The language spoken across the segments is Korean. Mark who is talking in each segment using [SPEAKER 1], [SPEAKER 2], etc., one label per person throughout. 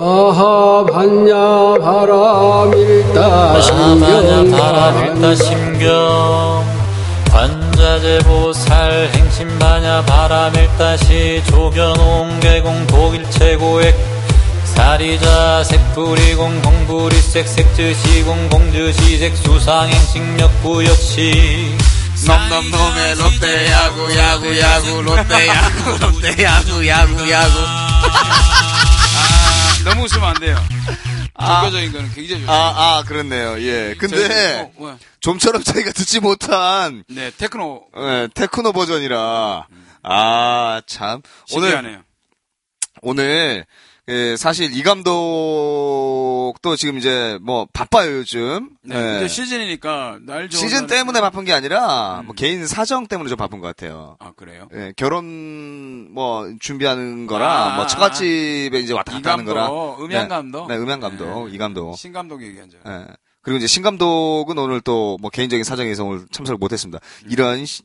[SPEAKER 1] 아하 반야
[SPEAKER 2] 아,
[SPEAKER 1] 바람일다
[SPEAKER 3] 마마냐
[SPEAKER 1] 신경
[SPEAKER 3] 바라밀다 심경 관자재보살 행심바냐 바라밀다시 조견옹개공 독일 최고액 사리자 색불이공 공부리색 색즉시공 공주시색 수상행식력구역시
[SPEAKER 4] 놈놈놈의 롯데 야구 야구 야구 롯데 야구 롯데 야구 야구 야구
[SPEAKER 5] 너무 웃으면 안 돼요. 종교적인 거는 굉장히 좋아요.
[SPEAKER 4] 아, 아, 그렇네요. 예. 근데,
[SPEAKER 5] 저희, 어, 어.
[SPEAKER 4] 좀처럼 저희가 듣지 못한,
[SPEAKER 5] 네, 테크노
[SPEAKER 4] 예, 테크노 버전이라, 아, 참. 오늘,
[SPEAKER 5] 음. 신기하네요.
[SPEAKER 4] 오늘, 예, 사실 이 감독도 지금 이제 뭐 바빠요, 요즘.
[SPEAKER 5] 네,
[SPEAKER 4] 예.
[SPEAKER 5] 이제 시즌이니까 음. 날 좋은
[SPEAKER 4] 시즌
[SPEAKER 5] 날-
[SPEAKER 4] 때문에 바쁜 게 아니라, 뭐 개인 사정 때문에 좀 바쁜 것 같아요.
[SPEAKER 5] 아 그래요?
[SPEAKER 4] 예, 결혼 뭐 준비하는 거라
[SPEAKER 5] 아,
[SPEAKER 4] 뭐 처갓집에 이제 왔다 갔다 하는
[SPEAKER 5] 이감독,
[SPEAKER 4] 거라
[SPEAKER 5] 음향 감독.
[SPEAKER 4] 네, 네, 음향 감독 이 감독
[SPEAKER 5] 신 감독 얘기한 줄.
[SPEAKER 4] 예. 그리고 이제 신 감독은 오늘 또 뭐 개인적인 사정에서 오늘 참석을 못했습니다 이런 시-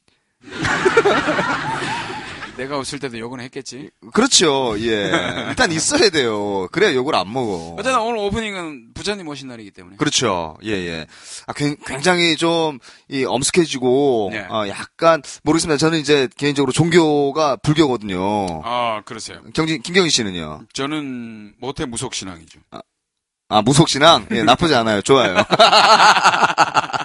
[SPEAKER 5] 내가 웃을 때도 욕은 했겠지.
[SPEAKER 4] 그렇죠 예 일단 있어야 돼요 그래야 욕을 안 먹어
[SPEAKER 5] 어쨌든 오늘 오프닝은 부처님 오신 날이기 때문에.
[SPEAKER 4] 뭐. 그렇죠 예예 아, 굉- 굉장히 좀 이 엄숙해지고
[SPEAKER 5] 네.
[SPEAKER 4] 어, 약간 모르겠습니다 저는 이제 개인적으로 종교가 불교거든요
[SPEAKER 5] 아 그러세요.
[SPEAKER 4] 경진 김경희 씨는요
[SPEAKER 5] 저는 모태 무속 신앙이죠.
[SPEAKER 4] 아, 무속신앙? 예, 나쁘지 않아요. 좋아요.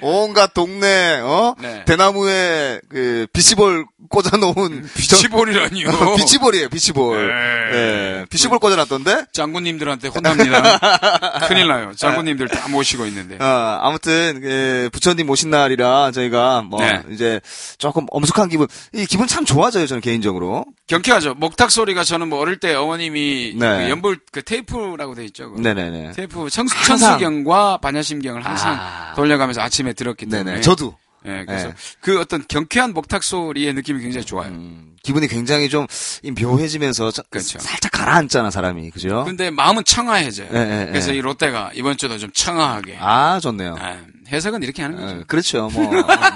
[SPEAKER 4] 온갖 동네, 어?
[SPEAKER 5] 네.
[SPEAKER 4] 대나무에, 그, 비치볼 꽂아놓은.
[SPEAKER 5] 음, 비치볼이라니요.
[SPEAKER 4] 저- 아, 비치볼이에요, 비치볼.
[SPEAKER 5] 어. 네.
[SPEAKER 4] 예, 비치볼 꽂아놨던데?
[SPEAKER 5] 장군님들한테 혼납니다. 큰일 나요. 장군님들 다 모시고 있는데.
[SPEAKER 4] 어, 아무튼, 예, 부처님 오신 날이라 저희가 뭐,
[SPEAKER 5] 네.
[SPEAKER 4] 이제 조금 엄숙한 기분. 이 기분 참 좋아져요, 저는 개인적으로.
[SPEAKER 5] 경쾌하죠. 목탁 소리가 저는 뭐 어릴 때 어머님이
[SPEAKER 4] 네.
[SPEAKER 5] 그 연불 그 테이프라고 돼 있죠. 그거.
[SPEAKER 4] 네네네.
[SPEAKER 5] 테이프 청수,
[SPEAKER 4] 항상.
[SPEAKER 5] 경과 반야심경을 항상
[SPEAKER 4] 아.
[SPEAKER 5] 돌려가면서 아침에 들었기 때문에.
[SPEAKER 4] 네네. 저도.
[SPEAKER 5] 예, 그래서
[SPEAKER 4] 네.
[SPEAKER 5] 그 어떤 경쾌한 목탁 소리의 느낌이 굉장히 좋아요.
[SPEAKER 4] 음, 기분이 굉장히 좀 이 묘해지면서 자-
[SPEAKER 5] 그렇죠.
[SPEAKER 4] 살짝 가라앉잖아, 사람이. 그죠?
[SPEAKER 5] 근데 마음은 청아해져요.
[SPEAKER 4] 네, 네,
[SPEAKER 5] 그래서
[SPEAKER 4] 네.
[SPEAKER 5] 이 롯데가 이번 주도 좀 청아하게.
[SPEAKER 4] 아, 좋네요.
[SPEAKER 5] 아, 해석은 이렇게 하는 거죠.
[SPEAKER 4] 어, 그렇죠. 뭐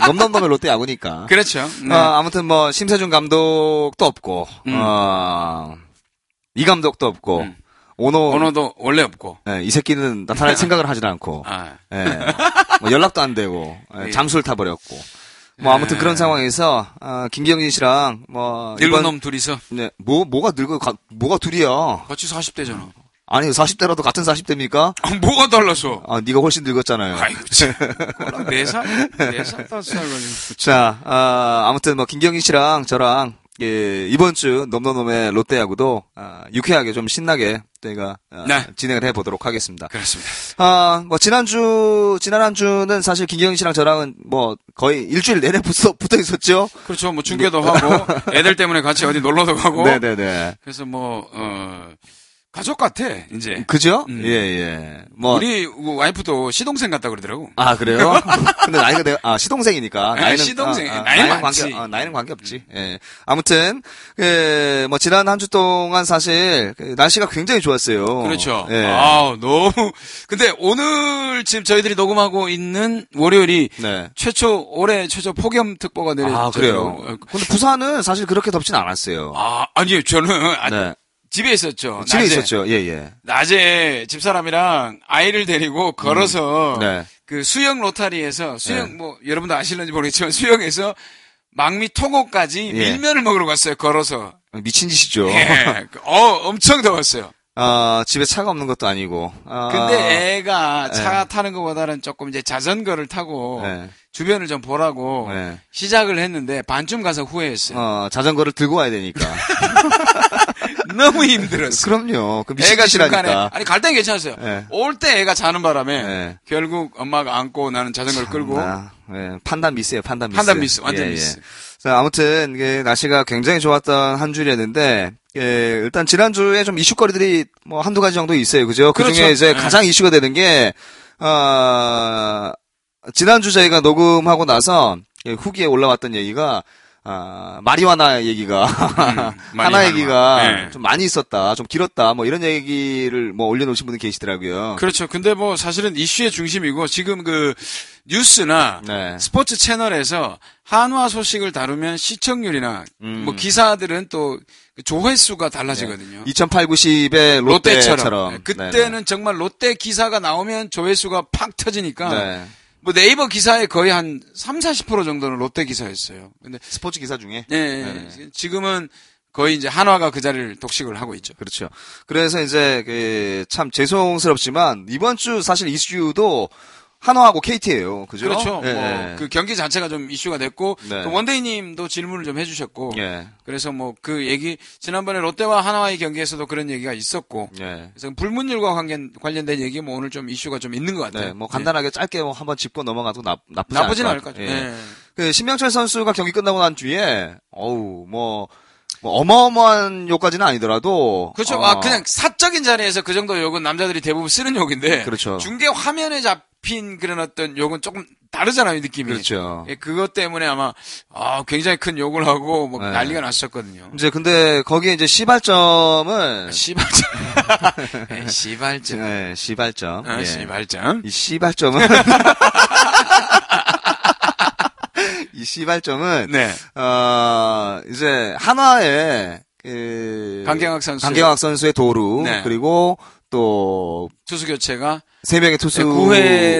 [SPEAKER 4] 넘넘넘의 롯데 야구니까.
[SPEAKER 5] 그렇죠. 네.
[SPEAKER 4] 어, 아무튼 뭐 심세준 감독도 없고 어, 이 감독도 없고
[SPEAKER 5] 음.
[SPEAKER 4] 오노
[SPEAKER 5] 번호도 원래 없고.
[SPEAKER 4] 예, 이 새끼는 나타날 생각을 하진 않고
[SPEAKER 5] 아,
[SPEAKER 4] 예, 뭐 연락도 안 되고 예,
[SPEAKER 5] 예.
[SPEAKER 4] 잠수를 타버렸고 뭐 아무튼 그런 상황에서 어, 김경진 씨랑 뭐
[SPEAKER 5] 늙은
[SPEAKER 4] 이번-
[SPEAKER 5] 놈 둘이서
[SPEAKER 4] 네, 뭐 뭐가 늙어 가- 뭐가 둘이야
[SPEAKER 5] 같이 40대잖아.
[SPEAKER 4] 아니 40대라도 같은 40대입니까?
[SPEAKER 5] 뭐가 달라서?
[SPEAKER 4] 아 네가 훨씬 늙었잖아요.
[SPEAKER 5] 아이고, 참. 꼴랑 네살네살 다섯 살 걸리고.
[SPEAKER 4] 자, 아, 아무튼 뭐 김경희 씨랑 저랑 예, 이번 주 넘넘넘의 롯데야구도 아, 유쾌하게 좀 신나게 저희가 아,
[SPEAKER 5] 네.
[SPEAKER 4] 진행을 해보도록 하겠습니다.
[SPEAKER 5] 그렇습니다.
[SPEAKER 4] 아, 뭐 지난주 지난 한 주는 사실 김경희 씨랑 저랑은 뭐 거의 일주일 내내 붙어, 붙어 있었죠.
[SPEAKER 5] 그렇죠. 뭐 중계도 하고 애들 때문에 같이 어디 놀러도 가고.
[SPEAKER 4] 네. 네네네.
[SPEAKER 5] 그래서 뭐 어, 가족 같아 이제.
[SPEAKER 4] 그죠?
[SPEAKER 5] 음.
[SPEAKER 4] 예 예. 뭐
[SPEAKER 5] 우리 와이프도 시동생 같다 그러더라고.
[SPEAKER 4] 아 그래요? 근데 나이가 내가 아 시동생이니까
[SPEAKER 5] 아,
[SPEAKER 4] 나이는
[SPEAKER 5] 시동생. 나이는 많지.
[SPEAKER 4] 관계 아, 나이는 관계 없지. 예. 아무튼 그뭐 지난 한 주 동안 사실 그 날씨가 굉장히 좋았어요.
[SPEAKER 5] 그렇죠.
[SPEAKER 4] 예.
[SPEAKER 5] 아우 너무. 근데 오늘 지금 저희들이 녹음하고 있는 월요일이
[SPEAKER 4] 네.
[SPEAKER 5] 최초 올해 최초 폭염 특보가 내려졌죠.
[SPEAKER 4] 아 그래요. 근데 부산은 사실 그렇게 덥진 않았어요.
[SPEAKER 5] 예. 아 아니요 저는 아,
[SPEAKER 4] 네.
[SPEAKER 5] 집에 있었죠.
[SPEAKER 4] 집에
[SPEAKER 5] 낮에.
[SPEAKER 4] 있었죠. 예예.
[SPEAKER 5] 낮에 집사람이랑 아이를 데리고 걸어서
[SPEAKER 4] 음. 네.
[SPEAKER 5] 그 수영 로타리에서 수영
[SPEAKER 4] 네.
[SPEAKER 5] 뭐 여러분도 아실는지 모르겠지만 수영에서 망미 통호까지
[SPEAKER 4] 예.
[SPEAKER 5] 밀면을 먹으러 갔어요 걸어서
[SPEAKER 4] 미친 짓이죠.
[SPEAKER 5] 예. 그, 어 엄청 더웠어요
[SPEAKER 4] 아 집에 차가 없는 것도 아니고. 아,
[SPEAKER 5] 근데 애가 차 타는 것보다는 조금 이제 자전거를 타고
[SPEAKER 4] 네.
[SPEAKER 5] 주변을 좀 보라고
[SPEAKER 4] 네.
[SPEAKER 5] 시작을 했는데 반쯤 가서 예. 후회했어요
[SPEAKER 4] 어, 자전거를 들고 와야 되니까.
[SPEAKER 5] 너무 힘들었어
[SPEAKER 4] 그럼요. 그 미친
[SPEAKER 5] 애가 중간에
[SPEAKER 4] 짓이라니까.
[SPEAKER 5] 아니 갈 땐 괜찮았어요
[SPEAKER 4] 네.
[SPEAKER 5] 올 때 애가 자는 바람에
[SPEAKER 4] 네.
[SPEAKER 5] 결국 엄마가 안고 나는 자전거를 끌고
[SPEAKER 4] 아, 예, 판단 미스예요, 판단 미스.
[SPEAKER 5] 판단 미스, 완전
[SPEAKER 4] 예, 예.
[SPEAKER 5] 미스.
[SPEAKER 4] 자, 아무튼 예, 날씨가 굉장히 좋았던 한 주일이었는데 예, 일단 지난주에 좀 이슈거리들이 뭐 한두 가지 정도 있어요. 그죠? 그중에
[SPEAKER 5] 그렇죠.
[SPEAKER 4] 이제
[SPEAKER 5] 예.
[SPEAKER 4] 가장 이슈가 되는 게 아, 지난주 저희가 녹음하고 나서 예, 후기에 올라왔던 얘기가 아, 마리화나 얘기가 하나
[SPEAKER 5] 마리화나.
[SPEAKER 4] 얘기가
[SPEAKER 5] 네.
[SPEAKER 4] 좀 많이 있었다, 좀 길었다, 뭐 이런 얘기를 뭐 올려놓으신 분이 계시더라고요.
[SPEAKER 5] 그렇죠. 근데 뭐 사실은 이슈의 중심이고 지금 그 뉴스나
[SPEAKER 4] 네.
[SPEAKER 5] 스포츠 채널에서 한화 소식을 다루면 시청률이나
[SPEAKER 4] 음.
[SPEAKER 5] 뭐 기사들은 또그 조회수가 달라지거든요. 예, 네,
[SPEAKER 4] 2008, 90의 네. 롯데처럼. 네,
[SPEAKER 5] 그때는 정말 롯데 기사가 나오면 조회수가 팍 터지니까
[SPEAKER 4] 네.
[SPEAKER 5] 뭐 네이버 기사의 거의 한 3, 40% 정도는 롯데 기사였어요. 근데
[SPEAKER 4] 스포츠 기사 중에.
[SPEAKER 5] 예, 예, 지금은 거의 이제 한화가 그 자리를 독식을 하고 있죠.
[SPEAKER 4] 그렇죠. 그래서 이제 그참 죄송스럽지만 이번 주 사실 이슈도 한화하고 KT예요. 그죠?
[SPEAKER 5] 그렇죠.
[SPEAKER 4] 예,
[SPEAKER 5] 뭐
[SPEAKER 4] 예.
[SPEAKER 5] 그 경기 자체가 좀 이슈가 됐고
[SPEAKER 4] 네.
[SPEAKER 5] 또 원데이님도 질문을 좀 해주셨고
[SPEAKER 4] 예.
[SPEAKER 5] 그래서 뭐 그 얘기 지난번에 롯데와 하나와의 경기에서도 그런 얘기가 있었고
[SPEAKER 4] 예.
[SPEAKER 5] 그래서 불문율과 관련 관련된 얘기 뭐 오늘 좀 이슈가 좀 있는 것 같아요.
[SPEAKER 4] 네, 뭐 간단하게 짧게 뭐 한번 짚고 넘어가도 나,
[SPEAKER 5] 예.
[SPEAKER 4] 나쁘지
[SPEAKER 5] 나쁘진 않을
[SPEAKER 4] 않을
[SPEAKER 5] 것
[SPEAKER 4] 것
[SPEAKER 5] 같아요.
[SPEAKER 4] 같아요. 예.
[SPEAKER 5] 예.
[SPEAKER 4] 그 신명철 선수가 경기 끝나고 난 뒤에 어우 뭐, 뭐 어마어마한 욕까지는 아니더라도
[SPEAKER 5] 그렇죠.
[SPEAKER 4] 어,
[SPEAKER 5] 아 그냥 사적인 자리에서 그 정도 욕은 남자들이 대부분 쓰는 욕인데
[SPEAKER 4] 그렇죠.
[SPEAKER 5] 중계 화면에 잡힌 그런 어떤 욕은 조금 다르잖아요 느낌이.
[SPEAKER 4] 그렇죠.
[SPEAKER 5] 예, 그것 때문에 아마 아, 굉장히 큰 욕을 하고 뭐
[SPEAKER 4] 네.
[SPEAKER 5] 난리가 났었거든요.
[SPEAKER 4] 이제 근데 거기에 이제 시발점을
[SPEAKER 5] 시발점. 아, 시발점.
[SPEAKER 4] 네, 시발점.
[SPEAKER 5] 아,
[SPEAKER 4] 예.
[SPEAKER 5] 시발점.
[SPEAKER 4] 이 시발점은 이 시발점은
[SPEAKER 5] 네.
[SPEAKER 4] 어, 이제 한화의 그
[SPEAKER 5] 강경학 선수.
[SPEAKER 4] 강경학 선수의 도루
[SPEAKER 5] 네.
[SPEAKER 4] 그리고 또
[SPEAKER 5] 투수 교체가
[SPEAKER 4] 세 명의 투수
[SPEAKER 5] 네,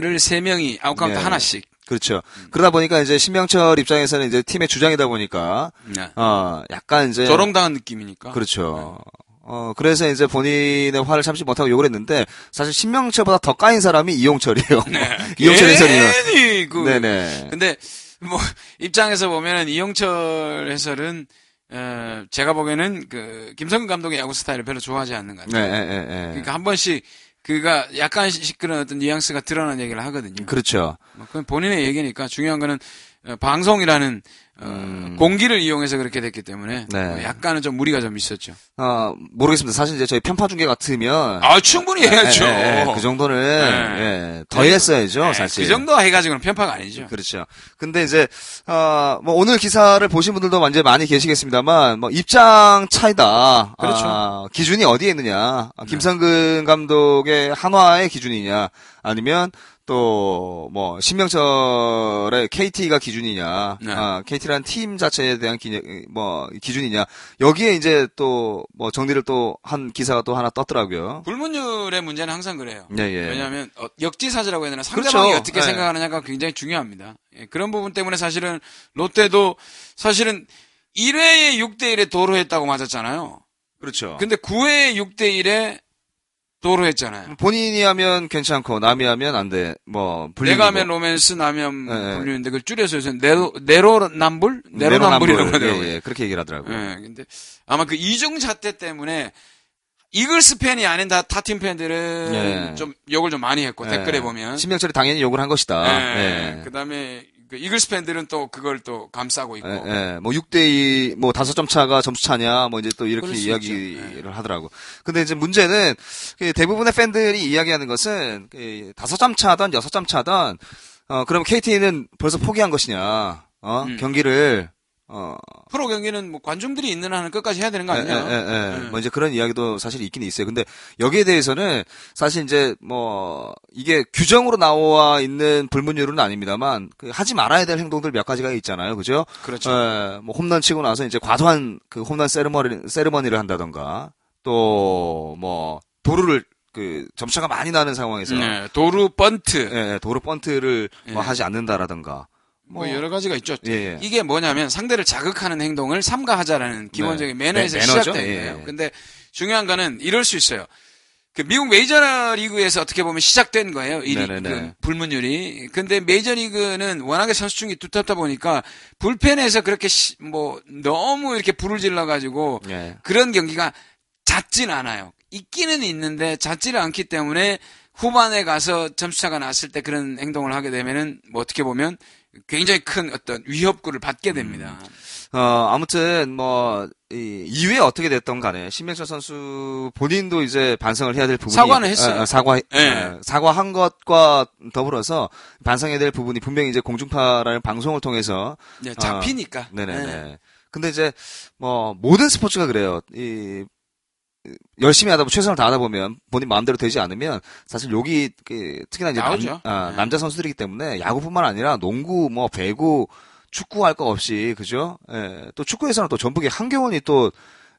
[SPEAKER 5] 9회를 음. 세명이 아웃카운트
[SPEAKER 4] 네.
[SPEAKER 5] 하나씩.
[SPEAKER 4] 그렇죠. 그러다 보니까 이제 신명철 입장에서는 이제 팀의 주장이다 보니까
[SPEAKER 5] 네.
[SPEAKER 4] 어 약간 이제
[SPEAKER 5] 조롱당한 느낌이니까.
[SPEAKER 4] 그렇죠.
[SPEAKER 5] 네.
[SPEAKER 4] 어 그래서 이제 본인의 화를 참지 못하고 욕을 했는데 사실 신명철보다 더 까인 사람이 이용철이에요. 이용철 해설위원.
[SPEAKER 5] 괜히 네. 예. 그.
[SPEAKER 4] 네네.
[SPEAKER 5] 근데 뭐 입장에서 보면은 이용철 해설은 어, 제가 보기에는 그 김성근 감독의 야구 스타일을 별로 좋아하지 않는 것 같아요.
[SPEAKER 4] 네, 예, 예, 예.
[SPEAKER 5] 그러니까 한 번씩 그가 약간씩 그런 어떤 뉘앙스가 드러난 얘기를 하거든요.
[SPEAKER 4] 그렇죠.
[SPEAKER 5] 뭐 그건 본인의 얘기니까 중요한 거는 어, 방송이라는 어, 공기를 이용해서 그렇게 됐기 때문에
[SPEAKER 4] 음. 네.
[SPEAKER 5] 어, 약간은 좀 무리가 좀 있었죠.
[SPEAKER 4] 어, 모르겠습니다. 사실 이제 저희 편파 중계 같으면.
[SPEAKER 5] 아 충분히 해야죠.
[SPEAKER 4] 예, 예, 예. 그 정도는,
[SPEAKER 5] 네.
[SPEAKER 4] 예, 더 했어야죠,
[SPEAKER 5] 네,
[SPEAKER 4] 사실.
[SPEAKER 5] 그 정도 해가지고는 편파가 아니죠.
[SPEAKER 4] 그렇죠. 근데 이제, 어, 뭐 오늘 기사를 보신 분들도 이제 많이 계시겠습니다만, 뭐 입장 차이다.
[SPEAKER 5] 그렇죠. 네.
[SPEAKER 4] 아, 기준이 어디에 있느냐. 아, 김상근 감독의 한화의 기준이냐. 아니면 또, 뭐, 신명철의 KT가 기준이냐.
[SPEAKER 5] 네.
[SPEAKER 4] 아, KT라는 팀 자체에 대한 기, 뭐, 기준이냐. 여기에 이제 또, 뭐, 정리를 또 한 기사가 또 하나 떴더라고요.
[SPEAKER 5] 불문율의 문제는 항상 그래요.
[SPEAKER 4] 예, 예.
[SPEAKER 5] 왜냐하면 어, 역지사지라고 해야 되나 상대방이
[SPEAKER 4] 그렇죠.
[SPEAKER 5] 어떻게
[SPEAKER 4] 예.
[SPEAKER 5] 생각하느냐가 굉장히 중요합니다. 예, 그런 부분 때문에 사실은 롯데도 사실은 1회에 6대 1에 도로했다고 맞았잖아요.
[SPEAKER 4] 그렇죠.
[SPEAKER 5] 근데 9회에 6대 1에 도로했잖아요.
[SPEAKER 4] 본인이 하면 괜찮고, 남이 하면 안 돼. 뭐, 불리고.
[SPEAKER 5] 내가 하면 로맨스 나면
[SPEAKER 4] 예, 예.
[SPEAKER 5] 분류인데 그걸 줄여서 요새 네로 네로남불 음, 네로남불이라고 하더라고요.
[SPEAKER 4] 예, 예, 그렇게 얘기를 하더라고요.
[SPEAKER 5] 예, 근데 아마 그 이중 잣대 때문에 이글스 팬이 아닌 다 타 팀 팬들은
[SPEAKER 4] 예.
[SPEAKER 5] 좀 욕을 좀 많이 했고
[SPEAKER 4] 예.
[SPEAKER 5] 뭐 댓글에 보면
[SPEAKER 4] 신명철이 당연히 욕을 한 것이다.
[SPEAKER 5] 예.
[SPEAKER 4] 예.
[SPEAKER 5] 그다음에 그 이글스 팬들은 또 그걸 또 감싸고 있고
[SPEAKER 4] 예, 예. 뭐 6대2, 뭐 5점 차가 점수 차냐, 뭐 이제 또 이렇게
[SPEAKER 5] 그럴 수
[SPEAKER 4] 이야기를 하더라고. 근데 이제 문제는 그 대부분의 팬들이 이야기하는 것은 그 5점 차든 6점 차든 어, 그럼 KT는 벌써 포기한 것이냐, 어,
[SPEAKER 5] 음.
[SPEAKER 4] 경기를, 어,
[SPEAKER 5] 프로 경기는 뭐 관중들이 있는 한은 끝까지 해야 되는 거
[SPEAKER 4] 예,
[SPEAKER 5] 아니냐?
[SPEAKER 4] 예, 예, 예.
[SPEAKER 5] 예.
[SPEAKER 4] 뭐 이제 그런 이야기도 사실 있긴 있어요. 근데 여기에 대해서는 사실 이제 뭐 이게 규정으로 나와 있는 불문율은 아닙니다만 그 하지 말아야 될 행동들 몇 가지가 있잖아요. 그죠?
[SPEAKER 5] 그렇죠.
[SPEAKER 4] 예, 뭐 홈런 치고 나서 이제 과도한 그 홈런 세리머니 세리머니를 한다던가 또 뭐 도루를 그 점차가 많이 나는 상황에서
[SPEAKER 5] 네, 도루 번트
[SPEAKER 4] 예, 예, 도루 번트를 뭐
[SPEAKER 5] 예.
[SPEAKER 4] 하지 않는다라던가
[SPEAKER 5] 뭐
[SPEAKER 4] 뭐-
[SPEAKER 5] 여러 가지가 있죠.
[SPEAKER 4] 예, 예.
[SPEAKER 5] 이게 뭐냐면 상대를 자극하는 행동을 삼가하자라는 기본적인
[SPEAKER 4] 네,
[SPEAKER 5] 매너에서
[SPEAKER 4] 매너죠.
[SPEAKER 5] 시작된
[SPEAKER 4] 예,
[SPEAKER 5] 거예요.
[SPEAKER 4] 예.
[SPEAKER 5] 근데 중요한 거는 이럴 수 있어요. 그 미국 메이저 리그에서 어떻게 보면 시작된 거예요. 이
[SPEAKER 4] 네, 네,
[SPEAKER 5] 리그,
[SPEAKER 4] 네.
[SPEAKER 5] 불문율이. 근데 메이저 리그는 워낙에 선수층이 두텁다 보니까 불펜에서 그렇게 시- 뭐 너무 이렇게 불을 질러 가지고
[SPEAKER 4] 예.
[SPEAKER 5] 그런 경기가 잦진 않아요. 있기는 있는데 잦지를 않기 때문에 후반에 가서 점수차가 났을 때 그런 행동을 하게 되면은 뭐 어떻게 보면 굉장히 큰 어떤 위협구를 받게 됩니다.
[SPEAKER 4] 어, 아무튼 뭐 이, 이후에 어떻게 됐던 간에 신명철 선수 본인도 이제 반성을 해야 될 부분이
[SPEAKER 5] 사과는 했어요.
[SPEAKER 4] 어, 어, 사과
[SPEAKER 5] 예.
[SPEAKER 4] 어, 사과한 것과 더불어서 반성해야 될 부분이 분명히 이제 공중파라는 방송을 통해서
[SPEAKER 5] 예, 잡히니까.
[SPEAKER 4] 아, 네네네.
[SPEAKER 5] 예.
[SPEAKER 4] 근데 이제 뭐 모든 스포츠가 그래요. 이 열심히 하다 보면 최선을 다하다 보면 본인 마음대로 되지 않으면 사실 여기 그 특히나 이제
[SPEAKER 5] 나오죠. 네.
[SPEAKER 4] 자 선수들이기 때문에 야구뿐만 아니라 농구 뭐 배구 축구 할 거 없이 그죠? 예. 또 축구에서는 또 전북의 한경원이 또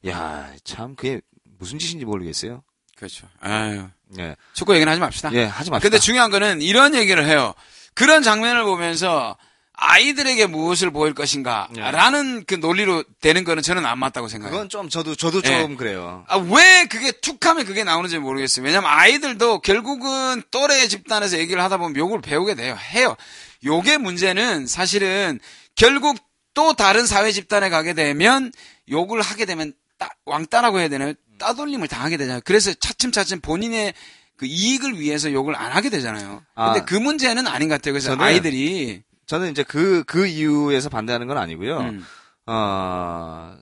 [SPEAKER 4] 야 참 그게 무슨 짓인지 모르겠어요.
[SPEAKER 5] 그렇죠. 아유.
[SPEAKER 4] 예.
[SPEAKER 5] 축구 얘기는 하지 맙시다.
[SPEAKER 4] 예, 하지 맙시다.
[SPEAKER 5] 근데 중요한 거는 이런 얘기를 해요. 그런 장면을 보면서 아이들에게 무엇을 보일
[SPEAKER 4] 예.
[SPEAKER 5] 것인가라는 그 논리로 되는 거는 저는 안 맞다고 생각해요.
[SPEAKER 4] 그건 좀 저도 저도
[SPEAKER 5] 예.
[SPEAKER 4] 좀 그래요.
[SPEAKER 5] 아, 왜 그게 툭 하면 그게 나오는지 모르겠어요. 왜냐면 아이들도 결국은 또래 집단에서 얘기를 하다 보면 욕을 배우게 돼요. 해요. 요게 문제는 사실은 결국 또 다른 사회 집단에 가게 되면 욕을 하게 되면 따- 왕따라고 해야 되나요? 따돌림을 당하게 되잖아요. 그래서 차츰차츰 본인의 그 이익을 위해서 욕을 안 하게 되잖아요. 근데
[SPEAKER 4] 아.
[SPEAKER 5] 그 문제는 아닌 것 같아요. 그래서
[SPEAKER 4] 저는-
[SPEAKER 5] 아이들이
[SPEAKER 4] 저는 이제 그 그 이유에서 반대하는 건 아니고요.
[SPEAKER 5] 음,
[SPEAKER 4] 어,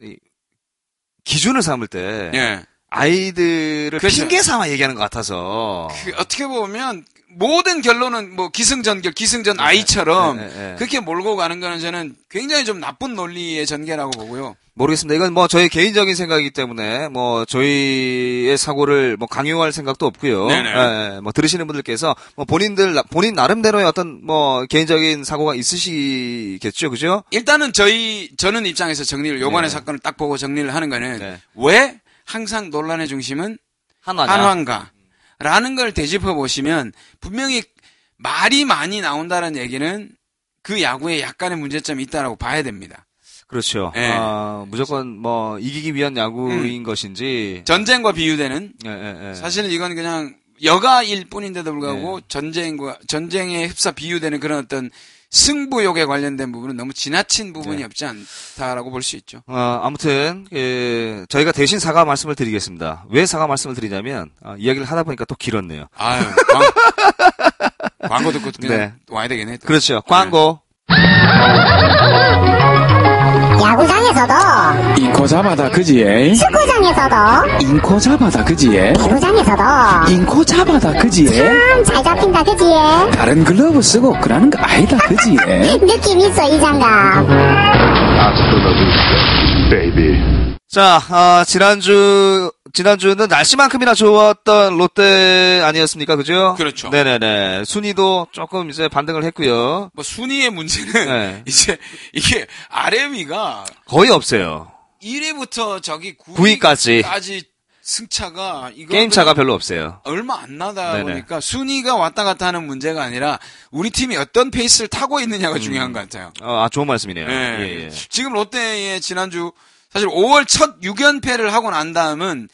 [SPEAKER 4] 이, 기준을 삼을 때
[SPEAKER 5] 예.
[SPEAKER 4] 아이들을
[SPEAKER 5] 그렇죠.
[SPEAKER 4] 핑계 삼아 얘기하는 것 같아서
[SPEAKER 5] 그 어떻게 보면 모든 결론은 뭐 기승전결, 기승전 아이처럼
[SPEAKER 4] 네, 네, 네.
[SPEAKER 5] 그렇게 몰고 가는 거는 저는 굉장히 좀 나쁜 논리의 전개라고 보고요.
[SPEAKER 4] 모르겠습니다. 이건 뭐 저희 개인적인 생각이기 때문에 뭐 저희의 사고를 뭐 강요할 생각도 없고요.
[SPEAKER 5] 네네.
[SPEAKER 4] 예, 예. 뭐 들으시는 분들께서 뭐 본인들 나- 본인 나름대로의 어떤 뭐 개인적인 사고가 있으시겠죠, 그죠?
[SPEAKER 5] 일단은 저희 저는 입장에서 정리를 요번에
[SPEAKER 4] 네.
[SPEAKER 5] 사건을 딱 보고 정리를 하는 거는
[SPEAKER 4] 네. 아,
[SPEAKER 5] 왜 항상 논란의 중심은
[SPEAKER 4] 한화냐?
[SPEAKER 5] 한화인가라는 걸 되짚어 보시면 분명히 말이 많이 나온다는 얘기는 그 야구에 약간의 문제점이 있다라고 봐야 됩니다.
[SPEAKER 4] 그렇죠.
[SPEAKER 5] 예.
[SPEAKER 4] 아, 무조건 뭐 이기기 위한 야구인 것인지.
[SPEAKER 5] 전쟁과 비유되는
[SPEAKER 4] 예, 예, 예.
[SPEAKER 5] 사실은 이건 그냥 여가일 뿐인데도 불구하고 전쟁과 전쟁에 흡사 비유되는 그런 어떤 승부욕에 관련된 부분은 너무 지나친 부분이
[SPEAKER 4] 네.
[SPEAKER 5] 없지 않다라고 볼 수 있죠.
[SPEAKER 4] 어, 아무튼 예, 저희가 대신 사과 말씀을 드리겠습니다. 왜 사과 말씀을 드리냐면 아, 이야기를 하다 보니까 또 길었네요.
[SPEAKER 5] 아유, 광- 광고 듣고 그냥
[SPEAKER 4] 네.
[SPEAKER 5] 와야 되겠네. 또.
[SPEAKER 4] 그렇죠. 광고.
[SPEAKER 5] 네.
[SPEAKER 6] 야구장에서도
[SPEAKER 2] 인코 잡아다 그지에
[SPEAKER 6] 축구장에서도
[SPEAKER 2] 인코 잡아다 그지에
[SPEAKER 6] 배구장에서도
[SPEAKER 2] 인코 잡아다 그지에
[SPEAKER 6] 참 잘 잡힌다 그지?
[SPEAKER 2] 다른 글러브 쓰고 그러는 거 아니다 그지에
[SPEAKER 6] 느낌 있어 이 장갑
[SPEAKER 7] Hasta la vista, baby.
[SPEAKER 4] 자, 아, 지난주 지난주는 날씨만큼이나 좋았던 롯데 아니었습니까? 그죠?
[SPEAKER 5] 그렇죠.
[SPEAKER 4] 네네네. 순위도 조금 이제 반등을 했고요.
[SPEAKER 5] 뭐 순위의 문제는
[SPEAKER 4] 네.
[SPEAKER 5] 이제 이게 아래 위가
[SPEAKER 4] 거의 없어요.
[SPEAKER 5] 1위부터 저기
[SPEAKER 4] 9위까지.
[SPEAKER 5] 9위까지 승차가 이거
[SPEAKER 4] 게임 차가 별로 없어요.
[SPEAKER 5] 얼마 안 나다
[SPEAKER 4] 네네.
[SPEAKER 5] 보니까 순위가 왔다 갔다 하는 문제가 아니라 우리 팀이 어떤 페이스를 타고 있느냐가 중요한 것 같아요.
[SPEAKER 4] 어, 아, 좋은 말씀이네요.
[SPEAKER 5] 예.
[SPEAKER 4] 음. 예, 예.
[SPEAKER 5] 지금 롯데의 지난주 사실 5월 첫 6연패를 하고 난 다음은